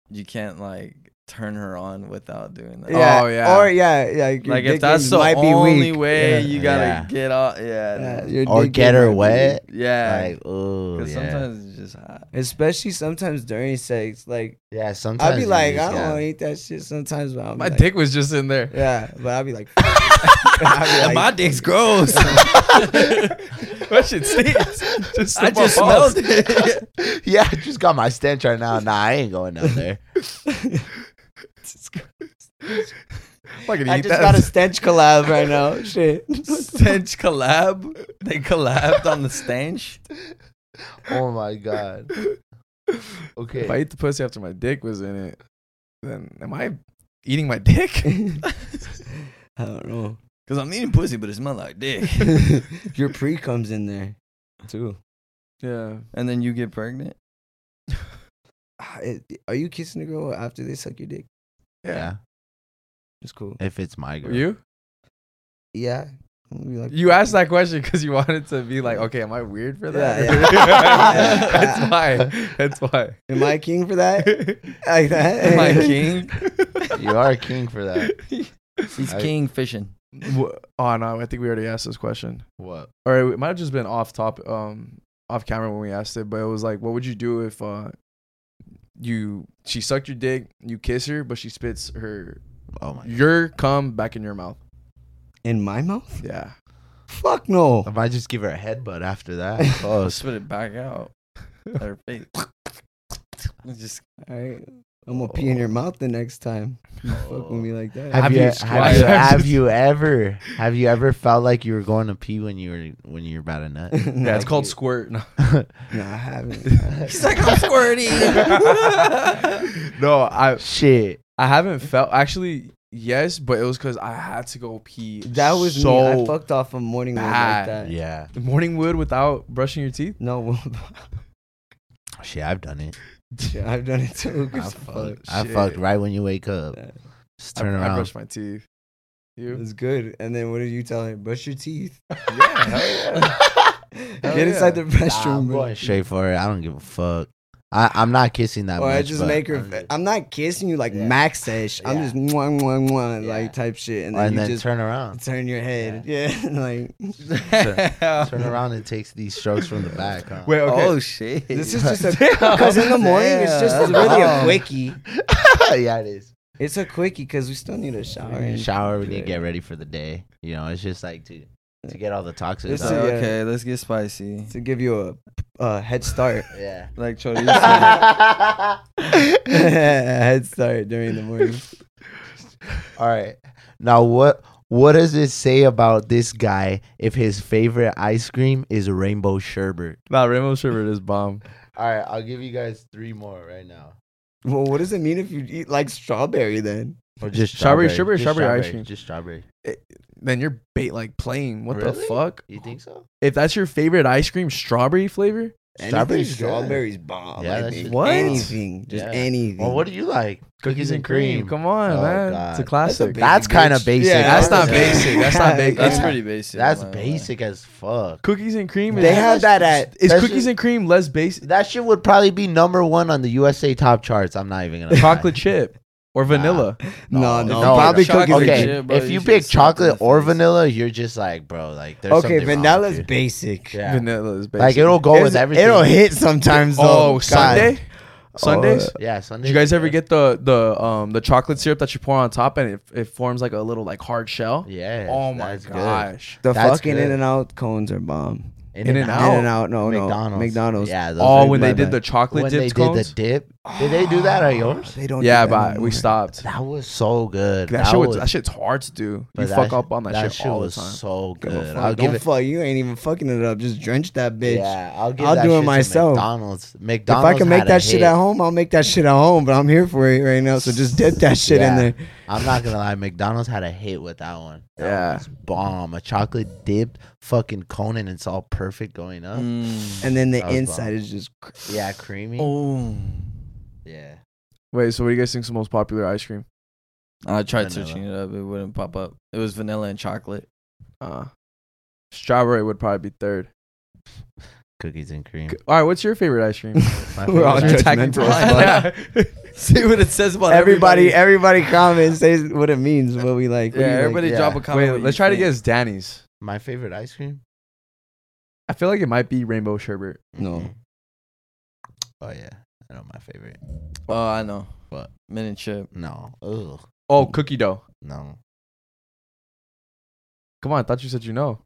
you can't like turn her on without doing that.
yeah.
Oh, yeah.
Or yeah, yeah. Your
like
dick
if that's the
might
only
be weak.
way
Oh, Yeah.
you gotta
Yeah.
get off. Yeah,
Yeah,
no.
your
or
dick
get
might
her
be
wet.
yeah.
Like, ooh, yeah.
Cause
Sometimes,
sometimes it's just hot.
weak. Especially sometimes during sex, like
yeah, sometimes
I'll be
you
like,
just
I don't
gotta-
want to eat that shit sometimes, but I'll be
My
like,
dick was just in there.
Yeah, but I'll be like, I'll be like,
My dick's gross.
that shit stinks. Just
I
slip my
just
balls.
smelled it.
yeah, I just got my stench right now. Nah, I ain't going down there.
Fucking
I
eat
just
that.
got a stench collab right now. Shit.
Stench collab. They collabed on the stench.
oh my god. Okay.
If I eat the pussy after my dick was in it, then am I eating my dick?
I don't know.
Cause I'm eating pussy, but it smells like dick.
Your pre comes in there too.
yeah.
And then you get pregnant.
Ah, it- Are you kissing a girl after they suck your dick?
yeah.
It's cool.
If it's my girl.
You?
Yeah. I'm gonna be like-
You asked that question because you wanted to be like, okay, am I weird for that?
Yeah, yeah.
That's why.
Am I king for that?
That's why.
Like that?
Am I king?
You are king for that.
He's
I-
king fishing.
Wha- Oh no, I think we already asked this question,
What?
or it might have just been off top, um, off camera when we asked it. But it was like, what would you do if uh, you she sucked your dick, you kiss her, but she spits her
Oh my.
your cum back in your mouth.
In my mouth?
Yeah.
Fuck no.
I might just give her a headbutt after that.
I'll
Oh,
spit it back out. at her face. Just
All right. I'm gonna pee in your mouth the next time. You fuck with me like that.
Have
Have
you, e-,
you
have, you,
squatted?
have you ever have you ever felt like you were going to pee when you were when you were about to nut?
Nah,
Yeah, it's called
dude.
squirt. No.
No, I haven't.
He's like, I'm squirting.
no, I
Shit,
I haven't felt actually yes, but it was because I had to go pee.
that was
so
me. I fucked off a morning wood
bad.
like that.
yeah,
morning wood without brushing your teeth.
No,
shit, I've done it.
shit, I've done it too.
I
Cause fuck.
fucked, I
Shit.
fucked right when you wake up.
Yeah.
Just
I-
turn
I,
around.
brushed my teeth.
It
You?
was good. And then what did you tell her? Brush your teeth.
yeah, hell yeah. Hell
Get inside
yeah.
the
Oh,
restroom.
Nah, I'm
bro.
going straight for it. I don't give a fuck. I, I'm not kissing that
Or
much.
I just
but
make her.
I'm
fa-
just-
I'm not kissing you like
Yeah.
max ish. I'm
Yeah.
just mwah, mwah, mwah,
Yeah.
like type shit, and
and
then
then,
you just
turn around,
turn your head. Yeah, like
turn around, and takes these strokes from the back. Huh?
Wait, okay.
oh shit. This is just a because in the morning it's just
Damn.
Uh,
really a
Oh.
quickie.
yeah, it is.
It's a quickie because we still need a shower. and-
Shower, we need to
Yeah.
get ready for the day. You know, it's just like to to get all the toxins
It's
out.
a-
uh, okay, let's get spicy.
to give you a, a head start.
Yeah.
Like chorizo.
all
head start during the morning.
right. Now what what does it say about this guy if his favorite ice cream is rainbow sherbet?
Nah, Rainbow Sherbert is bomb.
All right, I'll give you guys three more right now.
Well, what does it mean if you eat like strawberry then?
Or just
Strawberry,
strawberry,
strawberry,
just
strawberry ice cream.
Just strawberry.
Then you're bait like plain. What the
Really?
fuck?
You think so?
If that's your favorite ice cream, strawberry flavor?
Anything
Strawberry's good.
strawberries bomb.
Yeah,
I
that's
think.
just-
What?
Anything, just
Yeah.
anything.
Mm.
Well, what do you like? Cookies and cream.
Come on,
Oh, God.
man. It's a
That's a
classic.
big-
That's kind of
bitch.
basic.
Yeah,
that's not
honestly.
basic. That's not basic.
That's
Yeah.
pretty basic.
That's
I'm not gonna lie.
basic as fuck.
cookies and cream.
They
is-
have that at-
Is
That's
cookies
just-
and cream less basic?
That shit would probably be number one on the USA top charts. I'm not even gonna. lie.
Chocolate chip or vanilla?
No, no,
no,
probably
chocolate
cookies.
okay,
and
and
cream.
chip, bro,
if
you
you
should
pick
slap in
chocolate
the
or
face.
vanilla, you're just like, bro, like there's something
Okay,
wrong with
vanilla's
you.
basic.
Yeah.
Vanilla is basic.
Like it'll go
It's-
with everything.
It'll hit sometimes. Though.
Oh,
God. Oh,
Sunday. Sundays.
Oh, uh, Yeah, Sunday.
Did you guys ever get the the um the chocolate syrup that you pour on top and it, it forms like a little like hard shell?
Yeah.
oh my gosh.
The
That's
fucking
good.
In and Out cones are bomb.
In
In
and
and
out.
Out.
In and Out, no, no,
McDonald's.
McDonald's.
Yeah. those
Oh,
are
when they
my-
did the chocolate
when they
dipped
did
cones.
the dip. Did they do that
Oh,
at yours?
They don't.
yeah,
do that
but we
anymore.
stopped.
That was so good.
That, shit was,
was-
that shit's hard to do. You
but that
fuck
sh-
up on that, shit, all the
was
time.
so
Give a
good.
fuck.
I'll give
don't
it.
fuck. You ain't even fucking it up. Just drench that bitch.
Yeah, I'll give
I'll
that
do it
shit to
myself.
McDonald's.
If
McDonald's.
I can
had
make
a
that shit
hit.
at home, I'll make that shit at home. But I'm here for it right now, so just dip that shit
Yeah.
in there.
I'm not gonna lie, McDonald's had a hit with that one. That
Yeah.
was bomb. A chocolate dipped fucking cone and it's all perfect going up.
Mm.
And then the
That was bomb.
inside is just. cr-
Yeah, creamy.
Oh,
Yeah.
Wait, so what do you guys think's the most popular ice cream?
I tried
Vanilla.
switching it up. It wouldn't pop up. It was vanilla and chocolate.
Uh, strawberry would probably be third.
Cookies and cream.
G- All right, what's your favorite ice cream?
My
We're all
favorite-
judgmental. as fuck.
yeah.
See what it says about
Everybody, everybody comments says what it means, what we like. What
yeah,
do you like?
everybody
Yeah.
drop a
Wait,
comment.
Wait,
what
let's
you
try to
think.
guess Danny's.
My favorite ice cream?
I feel like it might be rainbow sherbet.
No.
Mhm. Oh yeah. I know my favorite.
Oh, I know.
What?
Mint and chip.
No. Ugh.
Oh, cookie dough.
No.
Come on, I thought you said you know.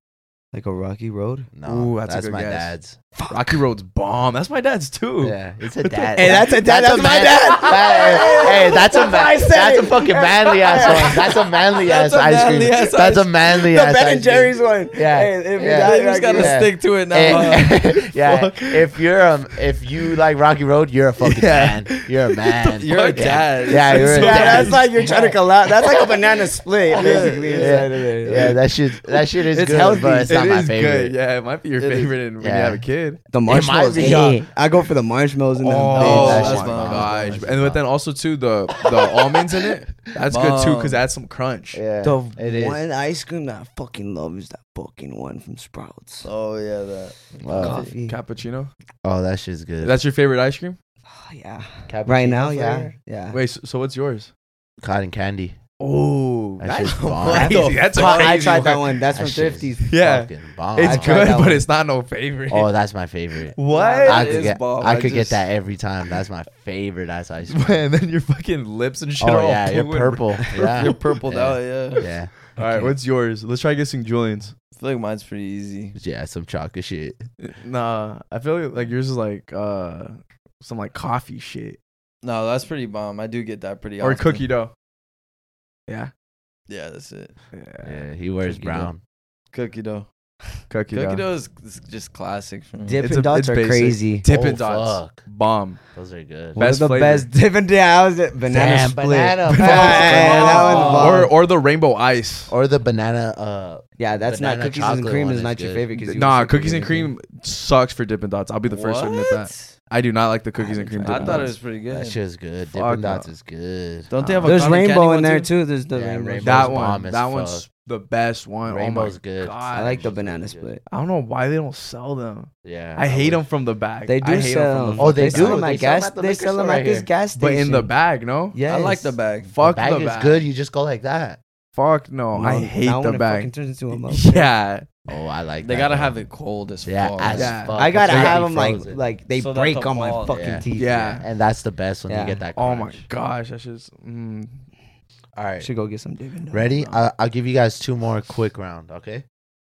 Like a rocky road.
No.
Ooh, that's
that's
a good
my
guess.
dad's.
Rocky Road's bomb. That's my dad's too.
Yeah. It's a
What the-
dad.
Hey, that's a dad. That's,
a
my
man-
dad.
That- hey, that's a
That's how I
man,
said
that's a
it.
fucking manly ass one. That's a manly ass
That's a
ice cream.
manly ass
That's a
ice-
manly
The
ass.
Ben
ice
and
cream.
Jerry's one.
Yeah.
Hey, if
Yeah.
you
I
I
They just
just
die, like,
gotta
gotta
yeah.
stick to it now.
Eh, yeah,
Fuck.
if you're um, if you like Rocky Road, you're a fucking
Yeah.
man. You're a man.
You're a
Yeah.
dad.
Yeah, you're a
Yeah,
dad.
that's like you're trying to collapse. That's like a banana split, basically.
Yeah.
inside of there.
yeah, that shit. That shit is
It's
good,
healthy.
but it's not
It
my
is
favorite.
good. Yeah, it might be your
It is-
favorite in, when
yeah.
you have a kid.
The marshmallows.
be.
Hey, I go for the marshmallows and the
Oh,
that
oh
shit's
my
bomb.
That
gosh!
shit's
And but then also too the the almonds in it. That's good too
Bomb.
because that's some crunch.
Yeah,
The
it is.
one ice cream that I fucking love is that fucking one from Sprouts.
Oh yeah, that.
Wow.
Coffee.
Cappuccino.
Oh, that shit's good.
That's your favorite ice cream.
Oh, yeah.
Cappuccino
Right now, yeah.
flavor?
Yeah.
Wait, so, so what's yours?
Cotton candy.
Oh,
Ooh,
That shit's bomb.
what
That's
the
a- that's a
fuck? I
crazy
tried that
one.
one. That's
That
from
shit is
Thrifties.
Yeah.
fucking bomb.
It's
I
tried
good,
that
but
one.
it's not no favorite.
Oh, that's my favorite.
what?
That
I could
is
get,
bomb.
I
I
could get
just-
that every time. That's my favorite ice ice cream.
and then your fucking lips and shit are
Oh
all
yeah, you're
blue and
purple. Yeah,
You're purpled
yeah.
out, yeah.
Yeah,
red. All right,
Okay.
what's yours? Let's try guessing Julian's.
I feel like mine's pretty easy.
yeah, some chocolate shit.
Nah, I feel like, like yours is like uh some like coffee shit
No, that's pretty bomb. I do get that pretty
or
often.
cookie dough. Yeah.
Yeah, that's it.
Yeah.
Yeah, he wears
Cookie dough.
brown.
Cookie dough. Cookie
Cookie, dough.
dough is is just classic for me.
It's a-
Dippin' Dots
it's
are
basic.
crazy.
Dippin'
Oh,
Dots.
fuck.
Bomb.
Those are good.
One
Best
of the
flavor.
best Dippin' Dots. Banana
Damn,
split.
banana.
Hey,
Banana
that was
split.
bomb.
Or or the rainbow ice.
Or the banana. Uh,
yeah, that's not
banana
cookies and
chocolate
cream
one
is
is
not your
good.
favorite. 'cause you
Nah,
would say
cookies and cream sucks for Dippin' Dots. I'll be the first to admit that.
What?
I do not like the cookies
I
and cream.
haven't
I
tried
Dippin'
thought it
Dots.
was pretty good.
that shit is good.
Fuck
Dippin'
no.
Dots is good.
Don't they have a
There's
cotton candy
rainbow in
one
there
too?
too. There's the
Yeah,
rainbow.
rainbow.
that
was
one.
bomb as
That one's
fuck.
the best one.
Rainbow's
oh my
good.
God.
I like the banana
Good.
split.
I don't know why they don't sell them.
Yeah,
I hate them from the back.
They do
I hate 'em
sell.
From
'em.
the
Oh, they
fucking
do.
sell
back.
'em
They
at
sell 'em
gas.
at the
They
liquor
sell them
store
at this
here.
gas
But
station.
in the bag, no.
yes.
I like the bag.
Fuck
the bag is
bag.
good. You just go like that.
Fuck no. Oh, I hate
now
the
when it fucking
bag.
turns into a mug.
Yeah.
Oh, I like.
They
that
gotta
one.
have it cold as
Yeah,
fuck.
as
Yeah.
fuck.
I gotta
It's
have
gotta
them
be
like
frozen.
like they
So that
break
the
on my
ball-
fucking
yeah.
teeth.
Yeah.
and that's the best when
Yeah.
you get that.
Oh my
crunch.
gosh. That's just. Mm.
All right,
Should go get some Dippin' Dots.
ready? Uh,
bro.
I'll, I'll give you guys two more quick round. Okay,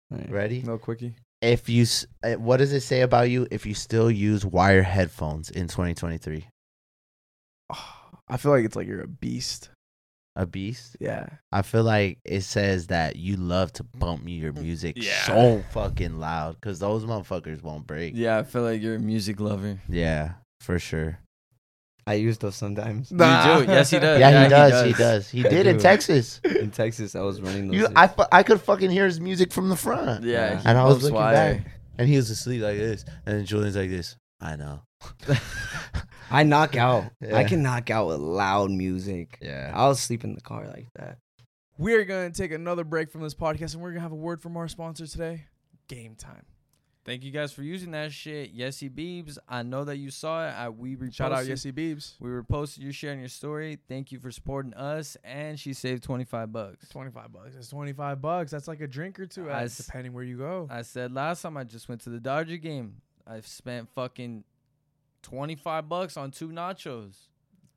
Alright.
ready?
No quickie.
If you, s- uh, what does it say about you if you still use wire headphones in 2023?
I feel like it's like you're a beast.
A beast.
Yeah.
I feel like it says that you love to bump your music
Yeah.
so fucking loud because those motherfuckers won't break. Yeah.
Yeah, I feel like you're a music lover.
for sure.
I use those sometimes.
Nah.
You do. Yes, he does.
Yeah,
Yeah,
he,
he
does, He
does.
does. He
I
did in
do.
Texas.
In Texas, I was running those.
You, I, fu- I could fucking hear his music from the front.
Yeah.
Yeah.
he
And I was
loves
looking
wire.
back, and he was asleep like this, and Julian's like this. I know.
I knock out. I
Yeah.
can knock out with loud music.
Yeah.
I'll sleep in the car like that.
We're going to take another break from this podcast and we're going to have a word from our sponsor today Game Time.
Thank you guys for using that shit. Yesy Beebs. I know that you saw it. I, we reposted.
Shout out Yesy Beebs.
We reposted you sharing your story. Thank you for supporting us. And she saved 25 bucks.
25 bucks. That's 25 bucks. That's like a drink or two,
I
at,
s-
depending where you go.
I said last time I just went to the Dodger game. I've spent fucking 25 bucks on two nachos.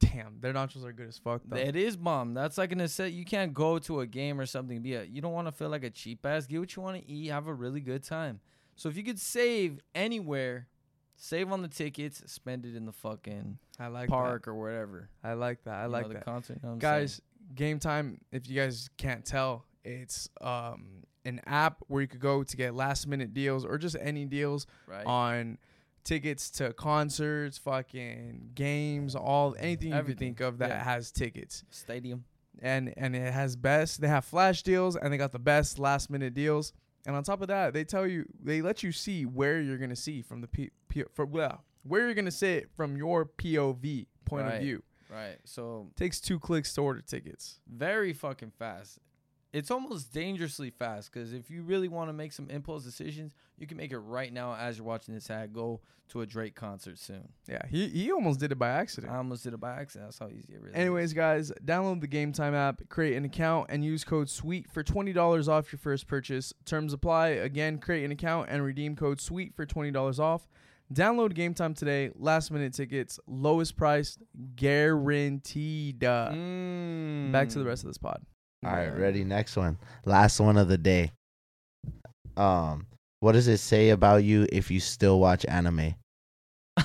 Damn, their nachos are good as fuck, though.
It is bomb. That's like an asset. You can't go to a game or something. Be a, you don't want to feel like a cheap ass. Get what you want to eat. Have a really good time. So if you could save anywhere, save on the tickets, spend it in the fucking
I like
park or wherever.
that. I like that. I
You know,
like
the
that.
concert. you know what I'm saying?
guys game time if you guys can't tell it's um an app where you could go to get last minute deals or just any deals
right?
on tickets to concerts fucking games all anything you could
Everything,
think of that
yeah.
has tickets
Stadium.
and and it has best they have flash deals and they got the best last minute deals and on top of that they tell you they let you see where you're gonna see from the p, p for well where you're gonna sit from your pov point
Right.
of view
Right. So
takes two clicks to order tickets
very fucking fast. It's almost dangerously fast because if you really want to make some impulse decisions, you can make it right now as you're watching this ad. Go to a Drake concert soon.
Yeah, he, he almost did it by accident.
I almost did it by accident. That's how easy it really is.
Anyways, guys, download the Game Time app, create an account, and use code SWEET for $20 off your first purchase. Terms apply. Again, create an account and redeem code SWEET for $20 off. Download Game Time today. Last minute tickets, lowest price, guaranteed. Uh,
Mm.
Back to the rest of this pod.
All right,
Yeah.
ready. Next one. Last one of the day. Um, what does it say about you if you still watch anime?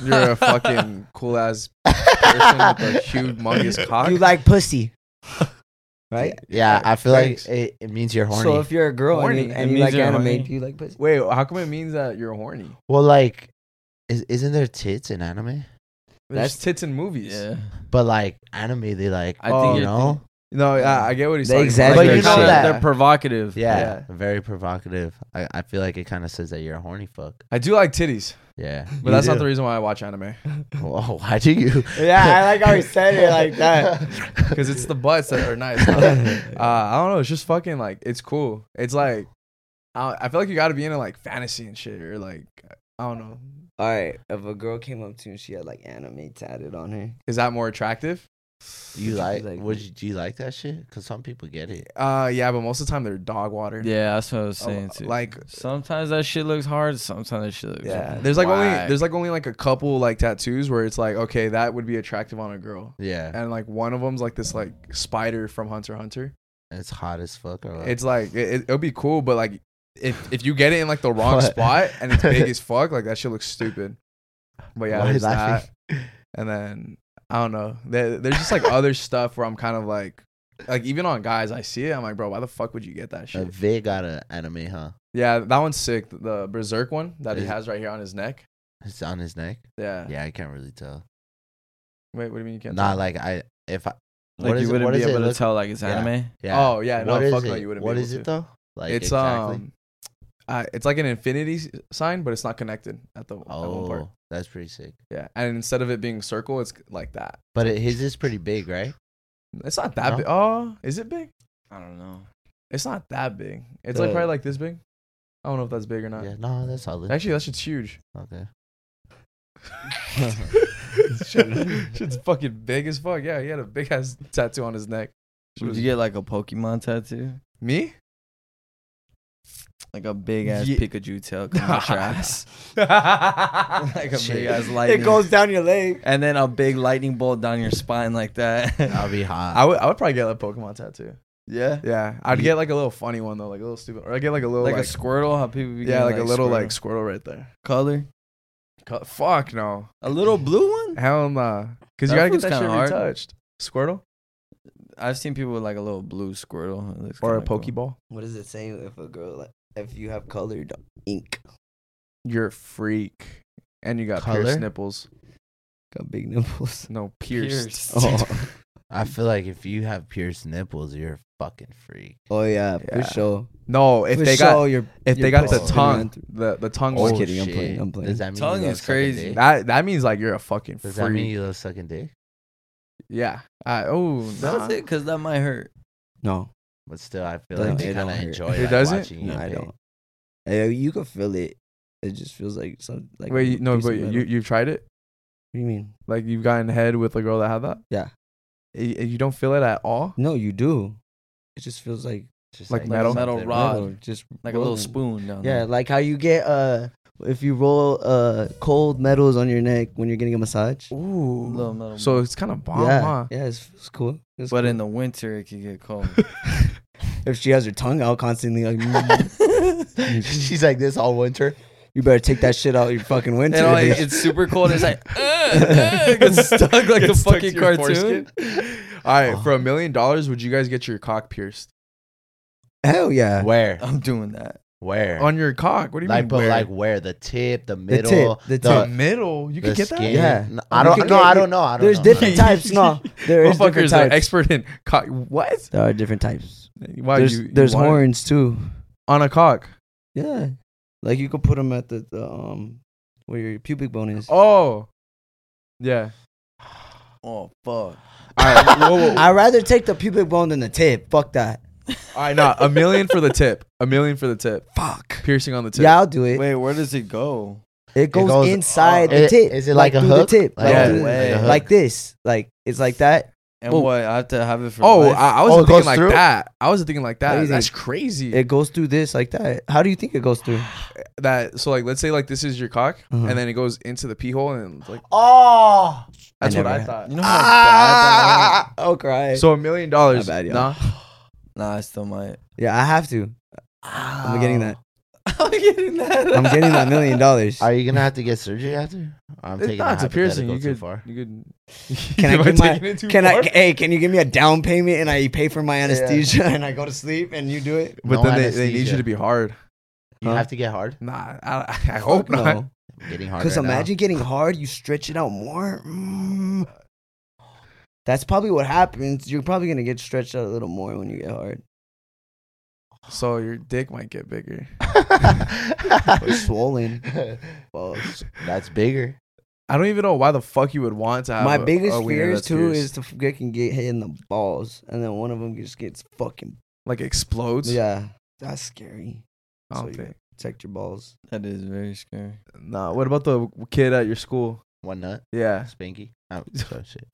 You're a fucking cool ass person with a humongous cock.
You like pussy, right?
Yeah, I feel
Thanks.
like it, it means you're horny.
So if you're a girl and
Horny.
you,
It
and you
means
like
you're
anime,
horny.
do you like pussy?
Wait, how come it means that you're horny?
well, like, is, isn't there tits in anime?
There's
That's-
tits in movies.
Yeah.
But like anime, they like
I
I
think
think
you're
you know,
No, I, I get what he's
They
saying.
exaggerate
But you know shit. that-
They're provocative.
yeah,
Yeah.
very provocative. I, I feel like it kind of says that you're a horny fuck.
I do like titties,
Yeah,
but that's not the reason why I watch anime.
Well, why do you?
Yeah, I like how he said it like that.
because it's the butts that are nice. uh, I don't know. It's just fucking like it's cool. It's like I, I feel like you got to be into like fantasy and shit, or like I don't know.
All right, if a girl came up to you and she had like anime tatted on her,
Is that more attractive?
Do you
Would you
like?
like-
Would you, do you like that shit? Cause some people get it.
Uh, yeah, but most of the time they're dog water.
Yeah, that's what I was
Uh,
saying too.
Like,
sometimes that shit looks hard. Sometimes that shit looks
yeah,
fucking
there's like only
whack.
there's like only like a couple like tattoos where it's like okay that would be attractive on a girl,
Yeah,
and like one of them's like this like spider from Hunter x Hunter.
it's hot as fuck. Or what?
It's like it, it- it'll be cool, but like if if you get it in like the wrong
What?
spot and it's big as fuck, like that shit looks stupid. But yeah,
Why
there's that.
laughing?
And then I don't know. There, there's just like other stuff where I'm kind of like, like even on guys, I see it. I'm like, bro, why the fuck would you get that
Uh,
shit?
Vic got an anime, huh?
Yeah, that one's sick. The berserk one that he
Is-
has right here on his neck.
It's on his neck.
Yeah.
Yeah, I can't really tell.
Wait, what do you mean you can't?
Not
tell?
like I if I.
Like
what
you
is it,
wouldn't
what
be
does it
able to
look-
tell like it's
Yeah.
anime.
Yeah.
Oh, yeah, no,
What is
fuck no,
it?
you wouldn't be
What
able
is
to.
it though? Like
it's
exactly.
um, uh, it's like an infinity s- sign, but it's not connected at the at one part.
oh, that's pretty sick.
Yeah, and instead of it being circle, it's like that.
But it, his is pretty big, right?
It's not that
No?
big. Oh, is it big?
I don't know.
It's not that big. It's like
The-
probably like this big. I don't know if that's big or not.
Yeah. No, that's solid.
Actually, that shit's huge.
okay.
shit's fucking big as fuck. Yeah, he had a big ass tattoo on his neck. Shit
Would
was-
you get like a Pokemon tattoo?
me?
Like a big ass
Ye-
Pikachu tail coming out your ass. like a
Shit.
big ass lightning.
It goes down your leg.
and then a big lightning bolt down your spine like that.
I'll be hot.
I would. I would probably get a Pokemon tattoo.
yeah.
Yeah, I'd
Ye-
get like a little funny one though, like a little stupid, or I get like a little
Like,
like,
a Squirtle, how people be
yeah,
getting,
like, a little
Squirtle.
like Squirtle right there.
color.
Co- Fuck no,
A little blue one?
hell nah, because you
That
gotta get
looks
that
kinda
shit
hard.
retouched. Squirtle
I've seen people with like a little blue Squirtle. It looks
or a
kinda cool.
Pokeball.
What is it saying if a girl like if you have colored ink,
You're a freak, and you got
Color?
pierced nipples.
got big nipples?
No pierced.
Oh,
I feel like if you have pierced nipples, you're a fucking freak.
oh yeah, for
Yeah.
sure.
No, if
For
they
sure,
got
your
if they
your
got the
pussy's gonna run
tongue,
through-
the the tongue.
Oh,
Just
one.
kidding, I'm playing,
shit.
I'm playing.
Does that mean
Tongue
you
is
love sucking
crazy.
dick?
That that means like you're a fucking
Does that mean
freak.
you love sucking dick?
Yeah. I, oh, nah.
That's it, because that might hurt.
No,
But still, I feel
No,
like they
it
kind
don't
of
hurt.
enjoy
It
like,
doesn't?
watching
no,
you.
I
dick.
don't. Eh, you can feel it. It just feels like some like.
Wait,
a
you- no,
piece of
but
metal.
you
What
you've tried it.
do you mean?
Like you've gotten head with a girl that had that.
Yeah.
Y- You, don't feel it at all.
No, you do. It just feels like
Just
Like
like
metal?
Metal
something.
rod.
metal, just
Like a little
rolling.
spoon down
Yeah,
there.
like how you get uh if you roll uh cold metals on your neck when you're getting a massage.
Ooh.
Little metal
so it's kind of bomb,
yeah,
huh?
yeah, it's, it's cool. It's
But
cool.
in the winter, it could get cold.
if she has her tongue out constantly, like
She's like this all winter.
you better take that shit out your fucking winter.
And all,
bitch.
it's super cold. It's like, uh, uh, it gets stuck like the
Gets stuck to
fucking
your
cartoon.
foreskin. All right, for a million dollars, would you guys get your cock pierced
Hell yeah.
Where?
I'm doing that.
Where?
on your cock? What do you
like,
mean?
but
where?
like where? The tip, the
tip,
middle,
the
the
tip.
middle? You
the
could get that.
skin.
Yeah.
No, I
You
don't.
could
No,
get-
I don't know. I don't
There's
know.
different types. No, there is different
Motherfuckers are
types.
expert in cock. What?
there are different types.
Wow,
there's
you- you
there's
want it
horns too.
on a cock.
Yeah, like you could put them at the, the um where your pubic bone is.
Oh, yeah.
Oh, fuck.
All right, whoa, whoa, whoa.
I'd rather take the pubic bone than the tip. Fuck that.
All right, nah, a million for the tip. A million for the tip.
Fuck.
Piercing on the tip.
Yeah, I'll do it.
Wait, where does it go?
It goes, uh,
goes-
inside
oh,
the
it-
tip.
is it like a
through
hook?
The tip. Like,
Yeah.
through the-
Way.
a hook.
like this. Like it's like that.
And
Well-
what? I have to have it for
Oh,
life?
I, I was
Oh, it
thinking
goes
like
through?
that. I was thinking like
do
that.
you
That's
think?
crazy.
It goes through this like that. How do you think it goes through?
that so like let's say like this is your cock,
Uh-huh.
and then it goes into the pee hole, and it's like
Oh.
that's what
never
I
had-
thought.
you know how bad
Ah.
Oh, cry.
So a million dollars.
My bad, y'all.
Nah.
that Nah, I still might.
yeah, I have to. I'm getting that.
I'm getting that.
I'm getting that million dollars.
Are you gonna have to get surgery after? I'm
It's
taking
not,
a
it's a piercing.
hypothetical
You
too
could,
far.
you could.
Can
Am
I get my?
taking it too
Can I?
far?
Hey, can you give me a down payment and I pay for my anesthesia and I go to sleep and you do it?
But
No
then they, they need you
anesthesia.
to be hard.
You
Huh?
have to get hard.
Nah, I, I hope not.
I'm getting hard.
Because
Because right
imagine getting hard, you stretch it out more. Mm. That's probably what happens. You're probably gonna get stretched out a little more when you get hard.
So your dick might get bigger.
It's swollen.
now.
Well,
That's bigger.
I don't even know why the fuck you would want to have.
my
a-
biggest
a wiener
fears
that's
too
pierced.
is to fucking get hit in the balls, and then one of them just gets fucking.
like explodes.
Yeah, that's scary.
I don't
So you
think.
protect your balls.
That is very scary.
Nah. What about the kid at your school?
One nut.
Yeah.
Spanky. Oh, so shit.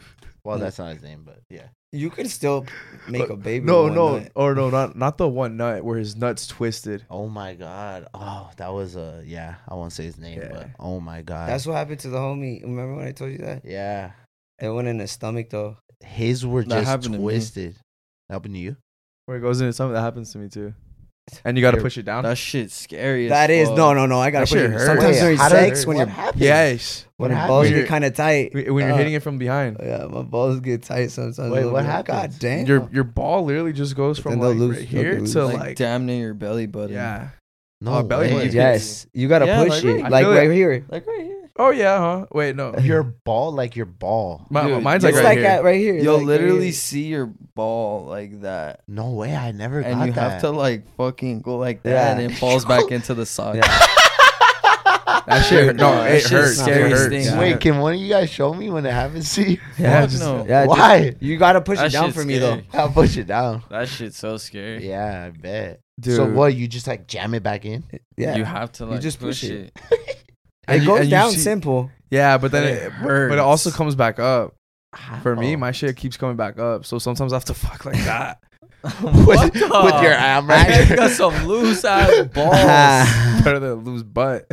Well,
No.
that's not his name, but yeah.
You could still make a baby.
No,
with one
no,
nut.
or no, not not the one nut where his nuts twisted.
Oh my god. Oh, that was a yeah. I won't say his name, but
Yeah.
oh my god.
That's what happened to the homie. Remember when I told you that?
yeah.
It went in his stomach though.
His were
That
just
happened to me.
twisted. That happened to you?
Where it goes into something that happens to me too. And you got to
Here.
push it down.
That shit's scary.
That
as
is
fuck.
no, no, no. I gotta
That
put
shit
it.
hurt.
Sometimes
Wait,
during
how did-
sex, when
what
your
happened?
yes.
What
when your
happened?
balls
When
get
you're-
kind of tight.
Wh- When you're
Uh,
hitting it from behind,
Yeah, my balls get tight sometimes.
Wait,
I'll
what
be like, God
happens?
damn.
your your ball literally just goes
But
from
then they'll
like
lose-
right
they'll
here
lose.
to
Like,
like,
damn near your belly button.
yeah.
No
Oh, belly
way.
button.
yes, you gotta
Yeah, like,
push it
I
like
feel it.
right here.
Like right here.
Oh yeah, huh? Wait, no.
Your ball, like your ball.
My,
Dude,
mine's like
It's
right
like
here.
at right here.
You'll
like, right
literally
here.
see your ball like that.
No way. I never
And
got
you
that.
have to like fucking go like that
Yeah.
and it falls back into the sock.
that shit. No,
Nah,
it
that
hurts.
shit's
It
scary
hurts.
thing.
Wait, can one of you guys show me when it happens to you?
Yeah,
Fuck
just-
no.
Yeah, just-
Why?
you gotta push it
That
down
shit's
for me
scary.
though.
I'll push it down.
That shit's so scary.
Yeah, I bet.
dude.
So what? You just like jam it back in?
Yeah,
You have to like
just push
push,
it.
it.
And
it
you-
goes
and you
down
see-
simple.
Yeah, but then
But
it,
it
but it also
hurts.
comes back up. For me,
How?
my shit keeps coming back up. So sometimes I have to fuck like that.
with, with
What the-
your arm
I
right
guess
here.
you got some loose ass balls.
Ah.
Better than lose butt.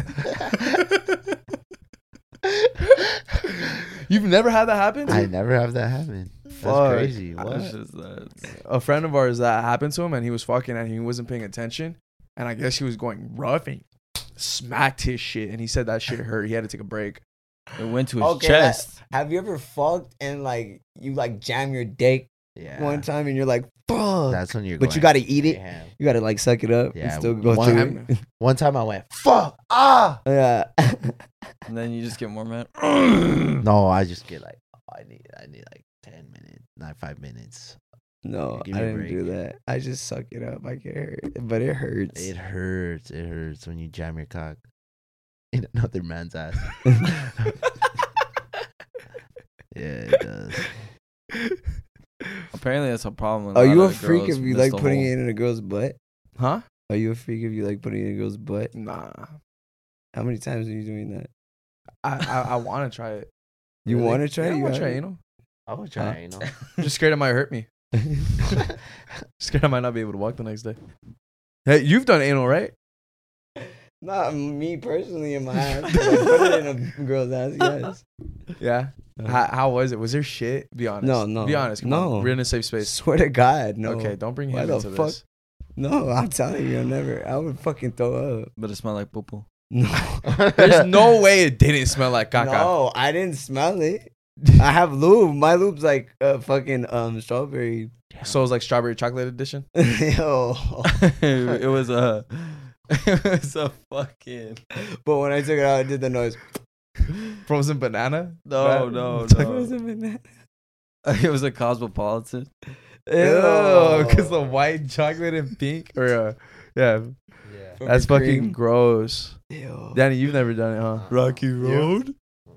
You've never had that happen?
I never have that happen.
Fuck.
That's crazy. What?
That's just- that's-
a friend of ours that happened to him and he was fucking and he wasn't paying attention and I guess he was going rough and smacked his shit and he said that shit hurt. He had to take a break.
It went to his
Okay, that-
chest.
Have you ever fucked and like you like jam your dick
Yeah.
one time and you're like, fuck.
That's when you're.
but
going,
you gotta eat it.
"Damn."
You gotta like suck it up and
Yeah,
still go
one-
through it.
One time I went, fuck ah.
Yeah.
And then you just get more mad.
No, I just get like, oh, I need, I need like ten minutes, not five minutes.
no, I
Give me a
didn't do
break.
that. I just suck it up. I get hurt, but it hurts.
It hurts. It hurts when you jam your cock in another man's ass. yeah, it does.
Apparently that's a problem. with
Are
lot
you a
of
freak
girls
if you
miss
like
the
putting
hole.
it in a girl's butt?
Huh?
Are you a freak if you like putting it in a girl's butt?
Nah.
How many times are you doing that?
I I, I want to try it.
You
Really?
want to try
Yeah,
it?
I
You
want to
have
try
it?
anal.
I would try, you know.
I'm just scared it might hurt me. Scared I might not be able to walk the next day. Hey, you've done anal, right?
Not me personally in my ass. but I put it in a girl's ass. Yes.
Yeah. How, how was it? Was there shit? Be honest.
No, no,
Be honest. Come
no.
On. We're in a safe space.
Swear to God, no.
Okay, don't bring
Why
him
the
into
fuck?
this.
No, I'm telling you, I never. I would fucking throw up.
But it smelled like poo poo.
No.
There's no way it didn't smell like caca.
No, I didn't smell it. I have lube. My lube's like uh, fucking um strawberry.
So it was like strawberry chocolate edition.
Yo.
it was a it was a fucking
But when I took it out, it did the noise.
Frozen banana.
no
That-
no
It was a
no.
banana.
It was a cosmopolitan.
Ew, because the
Ew.
white chocolate and pink, or uh,
Yeah.
yeah, that's
Whipped
fucking
cream.
gross.
Ew.
Danny, you've never done it, huh?
Rocky
Road?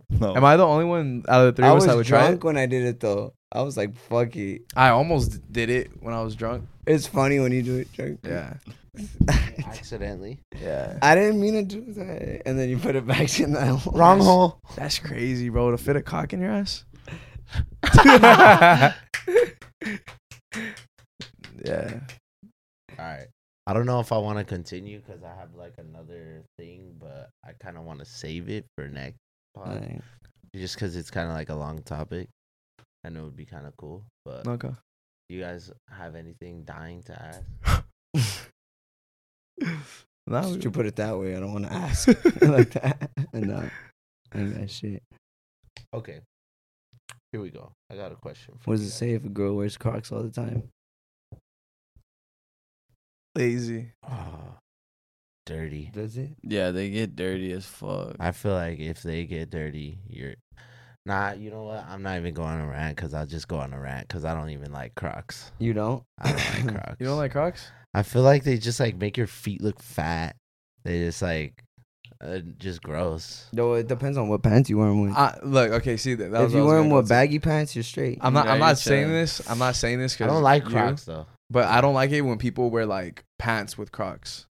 No.
Am I the only one out of the three
I
of
was
us that would try
drunk
it?
when I did it though. I was like, fuck it.
I almost did it when I was drunk.
It's funny when you do it drunk.
Yeah,
Accidentally.
yeah,
I didn't mean to do that. And then you put it back in that hole.
Wrong hole.
that's crazy, bro. To fit a cock in your ass. yeah.
All right. I don't know if I want to continue because I have like another thing, but I kind of want to save it for next pod,
Alright.
just because it's kind of like a long topic, and it would be kind of cool. But
Okay.
you guys have anything dying to ask?
Nah, we-
Should you put it that way? I don't want to ask like that. No, I ain't got shit.
Okay. Here we go. I got a question. For
What
you
does it
guys.
say if a girl wears Crocs all the time?
lazy.
Ah, dirty.
Does it?
Yeah, they get dirty as fuck.
I feel like if they get dirty, you're. Nah, you know what? I'm not even going on a rant because I'll just go on a rant because I don't even like Crocs.
You don't?
I don't like Crocs.
You don't like Crocs?
I feel like they just like make your feet look fat. They just like, uh, just gross.
No, it depends on what pants you wear 'em with.
I, look, okay, see that. that
if
was
you
what I was
wear 'em
gonna go
with
to.
baggy pants, you're straight.
I'm not.
Yeah,
I'm
you're
not saying
chilling.
this. I'm not saying
I
this because
don't like
you,
Crocs though.
But I don't like it when people wear like pants with Crocs,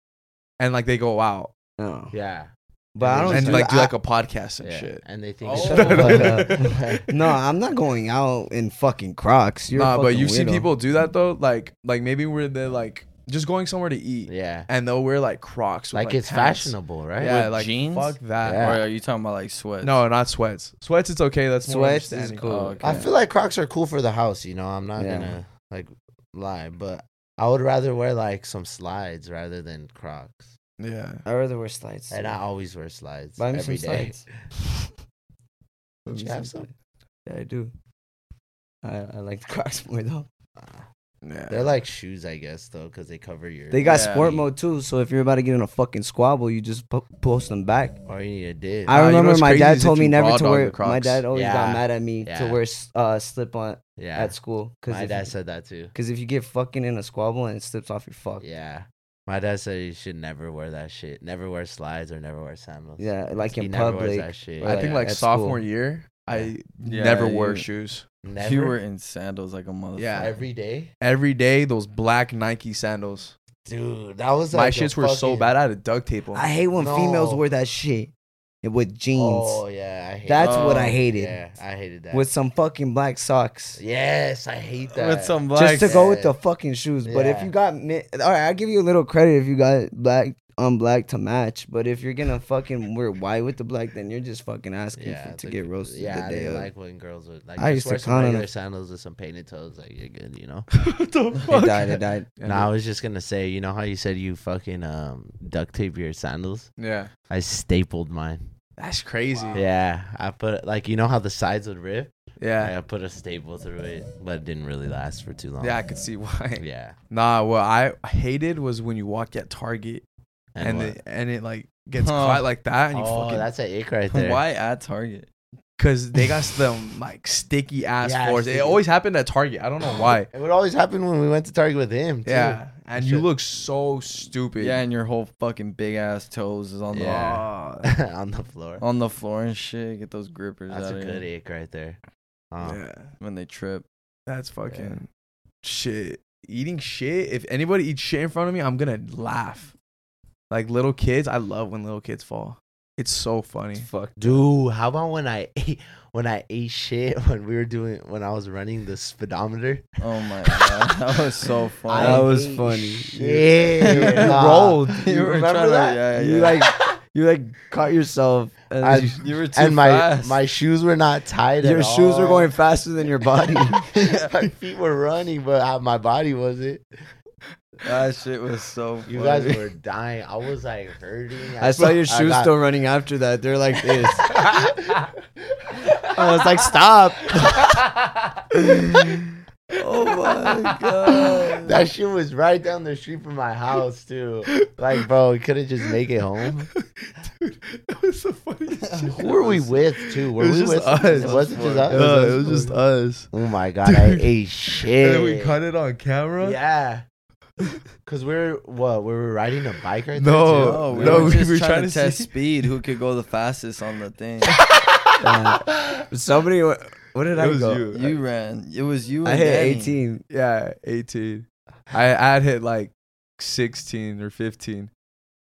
and like they go out.
no.
Yeah,
But I don't
and
do
like
that.
do
I-
like a podcast and
Yeah,
shit.
And they think
Oh.
it's
Shut the
cool.
fuck up. no, I'm not going out in fucking Crocs. You're a
Nah, but
fucking
you've seen
weirdo.
people do that though. Like like maybe where they're like just going somewhere to eat
yeah.
and they'll wear like Crocs. With,
Like, it's
hats.
fashionable, right?
Yeah,
With
like
jeans?
fuck that.
Yeah.
Or are you talking about like sweat?
No, not sweats. Sweats, it's okay. That's more
Sweats is
understanding.
cool.
Oh, okay.
I feel like Crocs are cool for the house, you know. I'm not
Yeah.
gonna like lie, but I would rather wear like some slides rather than Crocs.
Yeah.
I'd rather wear slides.
And I always wear slides
Buy me
every
some
day.
slides.
Don't you have some?
Yeah, I do. I, I like the Crocs more though.
Yeah.
Uh, They're like shoes, I guess, though, because they cover your.
They got
Yeah.
sport mode too, so if you're about to get in a fucking squabble, you just po- post them back.
Or Oh, you need a dip.
you
I
know
remember
what's
my
crazy
dad
is
told
if
me
you raw
never to
dog
wear.
the
My
Crocs.
dad always
Yeah.
got mad at me
Yeah.
to wear s- uh, slip on
yeah,
at school because
my
if,
dad said that too.
'cause if you get fucking in a squabble and it slips off your fuck, yeah,
Yeah, my dad said you should never wear that shit. Never wear slides or never wear sandals.
like
he
in
never wears
public,
that shit.
or,
I
like,
think like
at
sophomore
school.
year, I
Yeah,
never wore
you-
shoes.
never
You were in sandals like a motherfucker.
Yeah.
every day,
Every day, those black Nike sandals.
dude. That was
My
like a
shits were so
fucking-
bad, I had to duct tape them.
I hate when females
No.
wear that shit and with jeans
Oh yeah, I hate
That's
that.
what
I hated.
Yeah, I hated that.
with some fucking black socks.
yes, I hate that.
With some
Just
black.
to go with
Yeah.
the fucking shoes. But if
Yeah.
you got mi- all right, I'll give you a little credit if you got black on black to match. But if you're gonna fucking wear white with the black, then you're just fucking asking
Yeah,
for, to
the-
get roasted
Yeah,
the day
they
of.
like when girls would like.
I
just
used to
wear some
con 'em.
regular sandals with some painted toes. Like you're good, you know.
It died. It died.
Yeah,
no, I was just gonna say, you know how you said you fucking um duct tape your sandals?
yeah.
I stapled mine.
That's crazy.
Yeah, I put like you know how the sides would rip.
Yeah.
I put a staple through it, but it didn't really last for too long.
Yeah, I could see why.
yeah.
Nah, what I hated was when you walked at Target and
And,
it, and it like gets
Huh.
caught like that and
what?
you
oh,
fucking
that's an ick right there.
Why at Target?
because they got some like sticky ass
Yeah,
floors. It
sticky.
always happened at Target. I don't know why.
It would always happen when we went to Target with him. Too.
yeah, and you
Shit.
look so stupid.
Yeah, and your whole fucking big ass toes is on the
Yeah.
Oh,
on the floor.
on the floor and shit. Get those grippers
That's a
out of
good
here
ick right there. Um,
yeah,
when they trip.
that's fucking shit. Eating shit. If anybody eats shit in front of me, I'm gonna laugh. Like little kids, I love when little kids fall. It's so funny.
Fuck.
Dude, how about when I ate when I ate shit when we were doing when I was running the speedometer?
Oh my god, that was so
I
funny.
was
ate
funny.
Shit,
You
nah.
rolled.
You,
You were trying
remember
to-
that?
yeah,
You
yeah.
like you like caught yourself. And
I-
you-
you were too
and my
fast.
my shoes were not tied.
your
at
shoes were
all.
going faster than your body.
my feet were running, but I, my body wasn't.
that shit was so.
You
funny.
guys were dying. I was like hurting.
I saw your shoes
got-
still running after that. They're like this. I was like, stop.
Oh my god.
That shit was right down the street from my house too. Like, bro, we couldn't just make it home.
Dude, that was so funny.
Who were we with too? Were
it was
we
just
with?
us.
It wasn't just us.
No, it was just us.
Oh my god, I
Dude.
ate
And
shit.
then we caught it on camera.
Yeah. Cause we're what? We were riding a bike right
No.
there.
No, we
No,
were
we
just
were
trying,
trying
to,
to
test
see-
speed. Who could go the fastest on the thing?
Yeah. Somebody, wa- what did
It
I
was
go?
you.
you ran. It was you.
I
and
hit
Danny.
18.
Yeah, 18. I had hit like 16 or 15.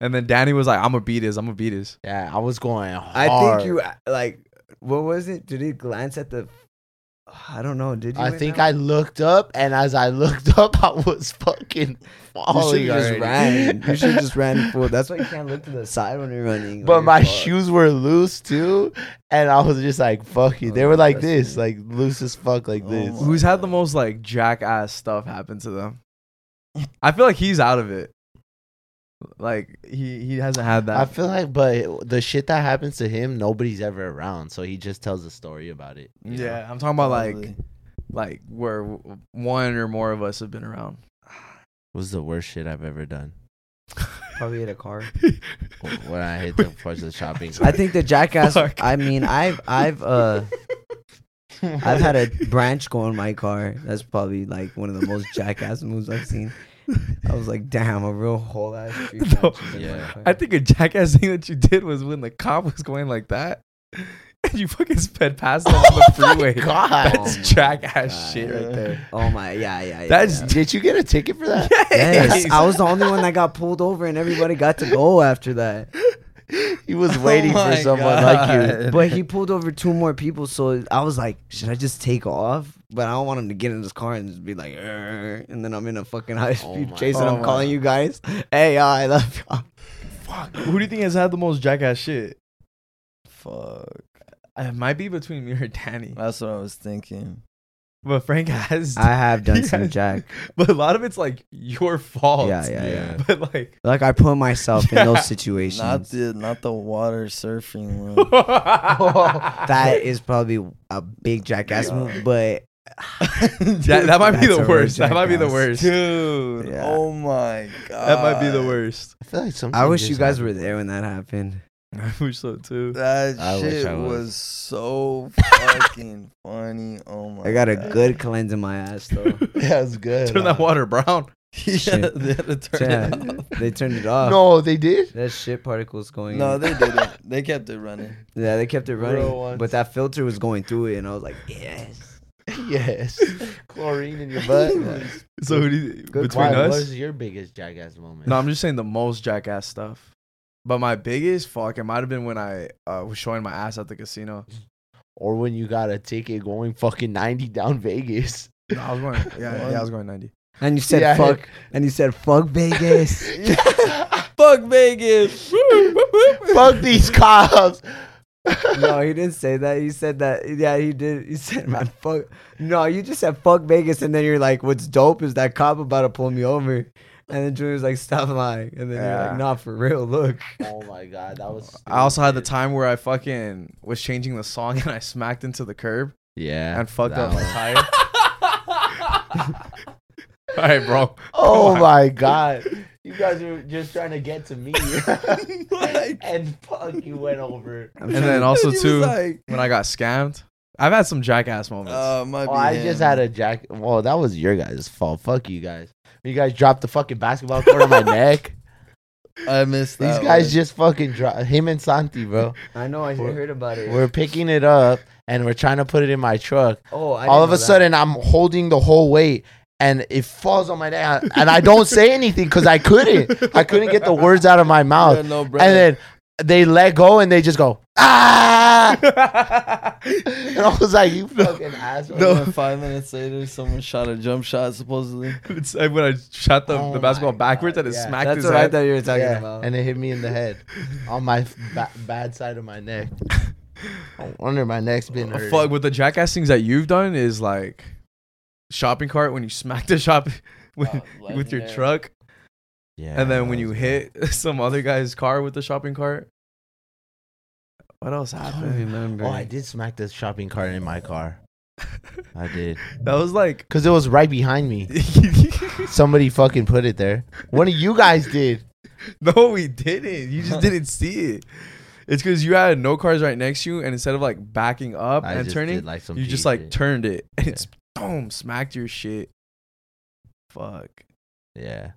And then Danny was like, I'm going to beat his. I'm going to beat his.
Yeah, I was going hard.
I think you uh, like. What was it? Did you glance at the? I don't know. Did you?
I think I looked up, and as I looked up, I was fucking falling.
You should just
already.
ran. You should just ran full. That's why you can't look to the side when you're running.
But
Like,
my
fuck.
shoes were loose too, and I was just like, "Fuck you." They were like
That's
this,
me.
like loose as fuck, like
Oh
this.
my-
Who's had the most like jackass stuff happen to them? I feel like he's out of it. Like he he hasn't had that.
I feel like, but the shit that happens to him, nobody's ever around, so he just tells a story about it. you know?
yeah, I'm talking about like
Probably.
like where w- one or more of us have been around.
was the worst shit I've ever done.
Probably hit a car.
When I hit the parts of the shopping
I think the jackass.
Fuck.
I mean, I've I've uh I've had a branch go in my car. That's probably like one of the most jackass moves I've seen. I was like, damn, a real whole ass. tree
No.
branch is in my
Yeah.
car.
I think a jackass thing that you did was when the cop was going like that, and you fucking sped past them on the freeway.
Oh God.
That's
Oh my
jackass
God.
shit right there.
Oh my, yeah, yeah, yeah.
That's
yeah.
Did you get a ticket for that?
Yes, I was the only one that got pulled over, and everybody got to go after that.
he was waiting
my
for someone like you.
But he pulled over two more people, so I was like, should I just take off? But I don't want him to get in his car and just be like, "Err," and then I'm in a fucking high speed
my-
chase and
oh
I'm
my-
calling you guys. Hey, y'all, I love y'all.
Who do you think has had the most jackass shit? Fuck. It might be between me or Danny,
That's what I was thinking.
but Frank has.
Uh, I have done
He
some
has-
jack.
but a lot of it's like your fault.
Yeah, yeah, yeah.
But like,
Like I put myself in
Yeah.
those situations.
Not the not the water surfing one.
Oh, that is probably a big jackass
Yeah.
move, but
that, that might be
That's
the
a real
worst. That might be the
jackass.
worst.
Dude,
Yeah.
oh my god.
That might be the worst.
I feel like sometimes
I wish
this
you guys
happens.
were there when that happened.
I wish so too.
That
I wish
shit
I was.
was. so fucking funny. Oh my
I got a
God.
good cleanse in my ass though.
Yeah, it's good. Uh,
Turn that
huh?
water brown.
yeah,
shit.
they had to turn
Yeah,
it off.
they turned it off.
No, they did.
That shit particles going.
No,
in.
they didn't. They kept it running.
yeah, they kept it
Real
running,
ones.
but that filter was going through it, and I was like, yes.
yes, chlorine in your butt.
So who do you, between
Why,
us?
What was your biggest jackass moment?
No, I'm just saying the most jackass stuff. But my biggest fuck, it might have been when I uh, was showing my ass at the casino.
or when you got a ticket going fucking 90 down Vegas.
No, I was going, yeah, yeah, I was going 90.
And you said
Yeah.
fuck, and you said fuck Vegas.
Fuck Vegas.
Fuck these cops.
no, he didn't say that. He said that. Yeah, he did. He said, man, fuck. No, you just said fuck Vegas, and then you're like, what's dope is that cop about to pull me over, and then Julian was like, stop lying, and then you're
Yeah.
like, not for real. Look,
Oh my god, that was.
I also had the
stupid.
time where I fucking was changing the song and I smacked into the curb
Yeah.
and fucked
that
up my
one.
tire. All right, bro.
Oh
Come on.
my god. You guys were just trying to get to me. and fuck, you went over.
I'm
And
trying
then
to-
also
He was
too,
like,
when I got scammed, I've had some jackass moments.
uh, might be
Oh, I just
him.
had a jack. Well, that was your guys' fault. Fuck you guys. You guys dropped the fucking basketball court on my neck.
I missed
These
that
guys
one.
just fucking drop him and Santi, bro.
I know I
We're-
heard about it.
We're picking it up and we're trying to put it in my truck.
Oh, I
All of
didn't
a
know that.
sudden, I'm holding the whole weight and it falls on my neck. And I don't say anything because I couldn't. I couldn't get the words out of my mouth.
Yeah, no, bro.
And then they let go and they just go, ah. and I was like, you fucking asshole.
And then five minutes later, someone shot a jump shot supposedly.
It's like when I shot the,
Oh
the basketball
my
backwards
God,
and it
yeah.
smacked
That's
his
what I
head.
thought you were talking
Yeah,
about.
and it hit me in the head on my f- ba- bad side of my neck. I wonder my neck's been
Uh,
hurt.
Fuck, with the jackass things that you've done is like shopping cart when you smack the shop with,
Oh,
with your
legendary.
truck,
Yeah,
and
that
then when you
was
hit some other guy's car with the shopping cart. What else
I don't
happened?
bad.
remember.
Oh, I did smack the shopping cart in my car. I did.
That was like.
Because it was right behind me. Somebody fucking put it there. One of you guys did.
no, we didn't. You just didn't see it. It's because you had no cars right next to you, and instead of like backing up
I
and
just
turning,
did, like some
you just
G
like
shit.
turned it, and
Yeah.
it's boom, smacked your shit. Fuck.
yeah.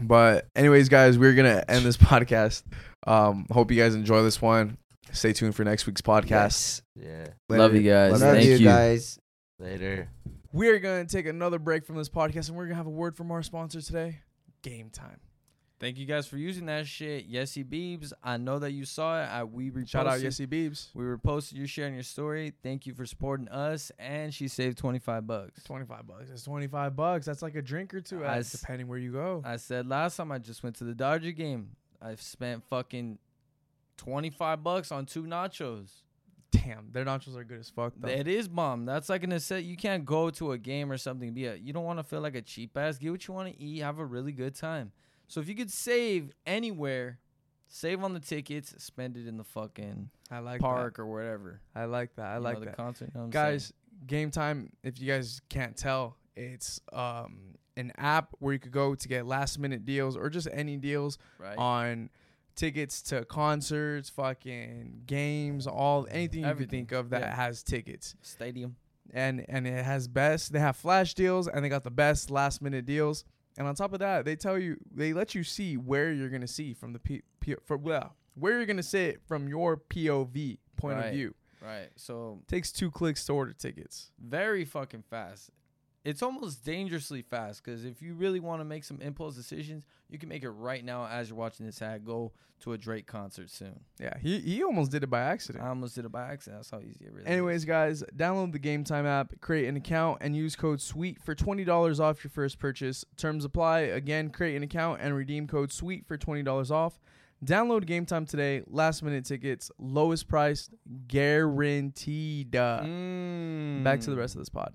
But anyways, guys, we're gonna end this podcast. Um, hope you guys enjoy this one. Stay tuned for next week's podcast.
Yes.
Yeah.
Love you guys.
Love
Thank
you
you.
guys.
Later.
We're gonna take another break from this podcast, and we're gonna have a word from our sponsor today, Game Time.
Thank you guys for using that shit. Yesy Beebs, I know that you saw it. I, we reposted.
Shout out Yesy Beebs,
We reposted you sharing your story. Thank you for supporting us. And she saved 25 bucks.
twenty five bucks. It's twenty five bucks. That's like a drink or two,
I
at,
s-
depending where you go.
I said last time I just went to the Dodger game. I've spent fucking 25 bucks on two nachos.
Damn, their nachos are good as fuck. Though.
It is bomb. That's like an asset. You can't go to a game or something. Be a, you don't want to feel like a cheap ass. Get what you want to eat. Have a really good time. So if you could save anywhere, save on the tickets, spend it in the fucking
I like
park or wherever.
That. I like that. I
You know,
like
the
that.
concert. you know what I'm saying?
guys game time if you guys can't tell it's um an app where you could go to get last minute deals or just any deals
right?
on tickets to concerts fucking games all anything you could
Mm, Everything.
think of that
Yeah.
has tickets
Stadium.
and and it has best they have flash deals and they got the best last minute deals and on top of that they tell you they let you see where you're gonna see from the p, p from well where you're gonna sit from your pov point of
Right.
view
Right. So
takes two clicks to order tickets
very fucking fast. It's almost dangerously fast because if you really want to make some impulse decisions, You can make it right now as you're watching this ad. Go to a Drake concert soon.
Yeah, he, he almost did it by accident.
I almost did it by accident. That's how easy it really is.
Anyways, guys, download the Game Time app, create an account, and use code SWEET for $20 off your first purchase. Terms apply. Again, create an account and redeem code SWEET for $20 off. Download Game Time today. Last minute tickets, lowest priced, guaranteed. Uh, Back to the
Mm.
rest of this pod.